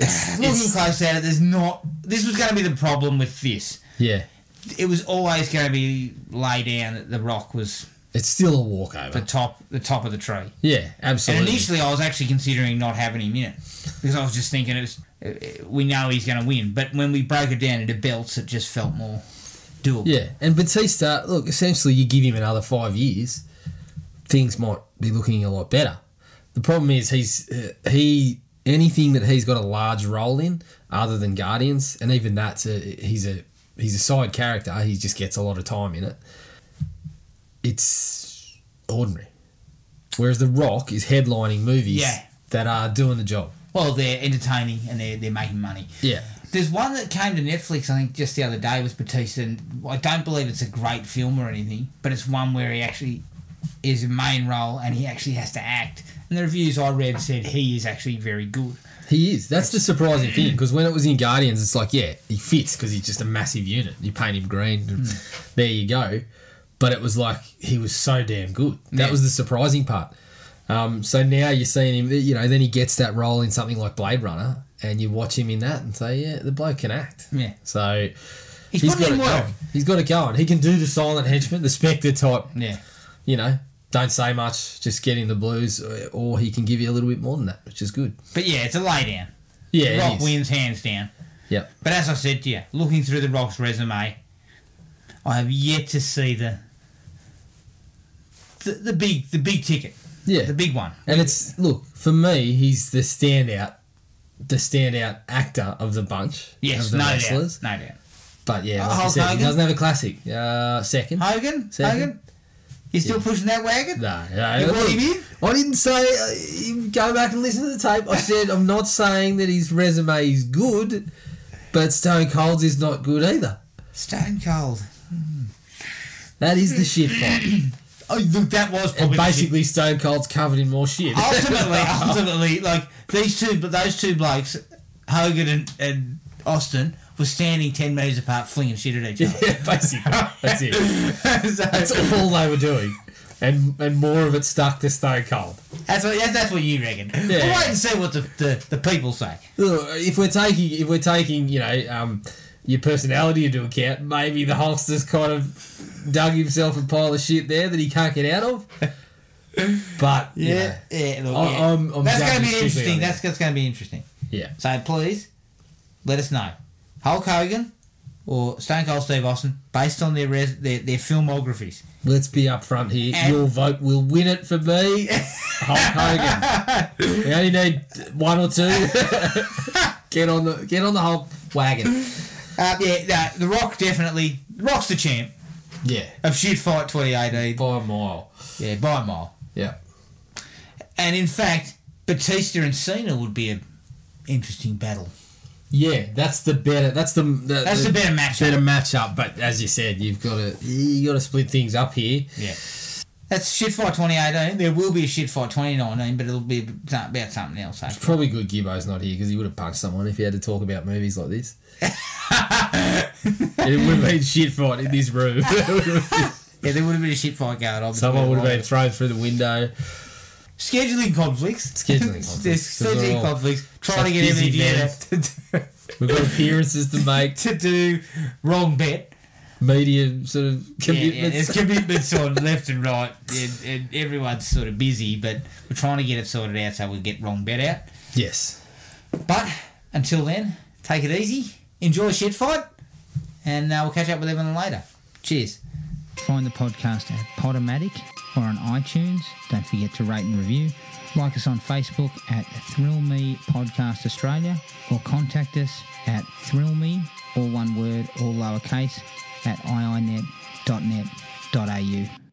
Speaker 2: Look, looking close at it, there's not. This was going to be the problem with this.
Speaker 3: Yeah,
Speaker 2: It was always going to be lay down that the Rock was
Speaker 3: it's still a
Speaker 2: the
Speaker 3: walkover.
Speaker 2: top the top of the tree.
Speaker 3: Yeah,
Speaker 2: And
Speaker 3: absolutely.
Speaker 2: initially, I was actually considering not having him in it because I was just thinking it was, uh, we know he's going to win. But when we broke it down into belts, it just felt more doable.
Speaker 3: Yeah, and Batista, look, essentially you give him another five years, things might be looking a lot better. The problem is he's uh, he anything that he's got a large role in, other than Guardians, and even that's a he's a he's a side character. He just gets a lot of time in it. It's ordinary. Whereas The Rock is headlining movies
Speaker 2: Yeah.
Speaker 3: that are doing the job.
Speaker 2: Well, they're entertaining and they're they're making money.
Speaker 3: Yeah,
Speaker 2: There's one that came to Netflix, I think, just the other day was Batista. And I don't believe it's a great film or anything, but it's one where he actually is a main role and he actually has to act. And the reviews I read said he is actually very good.
Speaker 3: he is. That's the surprising thing because when it was in Guardians, it's like, yeah, he fits because he's just a massive unit. You paint him green,
Speaker 2: Hmm.
Speaker 3: and there you go. But it was like he was so damn good. That
Speaker 2: Yeah.
Speaker 3: was the surprising part. Um, so now you're seeing him. You know, then he gets that role in something like Blade Runner, and you watch him in that and say, yeah, the bloke can act.
Speaker 2: Yeah.
Speaker 3: So
Speaker 2: He's,
Speaker 3: he's got
Speaker 2: putting in
Speaker 3: it
Speaker 2: work.
Speaker 3: going. He's got it going. He can do the silent henchman, the Spectre type.
Speaker 2: Yeah.
Speaker 3: You know, don't say much, just get in the blues, or- or he can give you a little bit more than that, which is good.
Speaker 2: But yeah, it's a lay down.
Speaker 3: Yeah, it
Speaker 2: Rock
Speaker 3: is.
Speaker 2: wins hands down.
Speaker 3: Yep.
Speaker 2: But as I said to you, looking through the Rock's resume, I have yet to see the the, the big the big ticket,
Speaker 3: Yeah.
Speaker 2: the big one.
Speaker 3: And it's look for me, he's the standout, the standout actor of the bunch.
Speaker 2: Yes,
Speaker 3: of the
Speaker 2: no
Speaker 3: wrestlers.
Speaker 2: doubt, no doubt.
Speaker 3: But yeah,
Speaker 2: Uh,
Speaker 3: like I
Speaker 2: Hulk
Speaker 3: said, he
Speaker 2: Hogan?
Speaker 3: doesn't have a classic. Uh, second.
Speaker 2: Hogan,
Speaker 3: Second.
Speaker 2: Hogan, you still pushing that wagon?
Speaker 3: No, no.
Speaker 2: You
Speaker 3: look,
Speaker 2: want him in?
Speaker 3: I didn't say. Uh, you go back and listen to the tape. I said I'm not saying that his resume is good, but Stone Cold's is not good either.
Speaker 2: Stone Cold.
Speaker 3: That is the shit fight.
Speaker 2: Oh, look, that was
Speaker 3: and
Speaker 2: probably the shit.
Speaker 3: basically, Stone Cold's covered in more shit.
Speaker 2: ultimately, ultimately, like these two, but those two blokes, Hogan and, and Austin, were standing ten meters apart, flinging shit at each other.
Speaker 3: yeah, basically, that's it.
Speaker 2: so,
Speaker 3: That's all they were doing. And and more of it stuck to Stone Cold.
Speaker 2: That's what yeah, that's what you reckon. We'll wait and see what the, the, the people say.
Speaker 3: Look, If we're taking if we're taking, you know, um, your personality into account, maybe the Hulkster's kind of dug himself a pile of shit there that he can't get out of. But yeah,
Speaker 2: yeah. Look,
Speaker 3: I-
Speaker 2: yeah.
Speaker 3: I'm- I'm
Speaker 2: that's
Speaker 3: jumping
Speaker 2: going to be
Speaker 3: strictly
Speaker 2: interesting.
Speaker 3: on
Speaker 2: That's, that's going to be interesting.
Speaker 3: yeah.
Speaker 2: So please, let us know. Hulk Hogan, or Stone Cold Steve Austin based on their res- their, their filmographies.
Speaker 3: Let's be upfront here.
Speaker 2: And-
Speaker 3: Your vote will win it for me. Hulk Hogan. we only need one or two. get on the get on the Hulk wagon.
Speaker 2: Uh, yeah, no, The Rock definitely. The Rock's the champ
Speaker 3: Yeah,
Speaker 2: of shit fight 2018.
Speaker 3: by a mile.
Speaker 2: Yeah, by a mile.
Speaker 3: Yeah,
Speaker 2: And in fact, Batista and Cena would be a interesting battle.
Speaker 3: yeah. That's the better. That's the, the
Speaker 2: That's the better matchup.
Speaker 3: better matchup. But as you said, you've got to you got to split things up here.
Speaker 2: Yeah. That's shit fight 2018. There will be a shit fight 2019, but it'll be about something else. eh?
Speaker 3: Probably good Gibbo's not here because he would have punched someone if he had to talk about movies like this. it would have been shit fight in this room.
Speaker 2: Yeah, there would have been a shit fight going on.
Speaker 3: someone would have been
Speaker 2: between-
Speaker 3: thrown through the window.
Speaker 2: scheduling conflicts.
Speaker 3: Scheduling conflicts.
Speaker 2: There's
Speaker 3: They're
Speaker 2: scheduling
Speaker 3: all
Speaker 2: conflicts. Trying to
Speaker 3: such
Speaker 2: get
Speaker 3: busy
Speaker 2: everything
Speaker 3: men.
Speaker 2: together
Speaker 3: We've got appearances to make,
Speaker 2: to, to do wrong bet.
Speaker 3: media sort of
Speaker 2: Yeah, yeah,
Speaker 3: commitments.
Speaker 2: there's commitments on left and right, and, and everyone's sort of busy, but we're trying to get it sorted out so we get wrong bet out.
Speaker 3: Yes.
Speaker 2: But until then, take it easy, enjoy shit fight, and uh, we'll catch up with everyone later. Cheers. Find the podcast at Podomatic or on iTunes. Don't forget to rate and review. Like us on Facebook at Thrill Me Podcast Australia or contact us at Thrill Me, all one word, all lowercase, at iinet.net.au.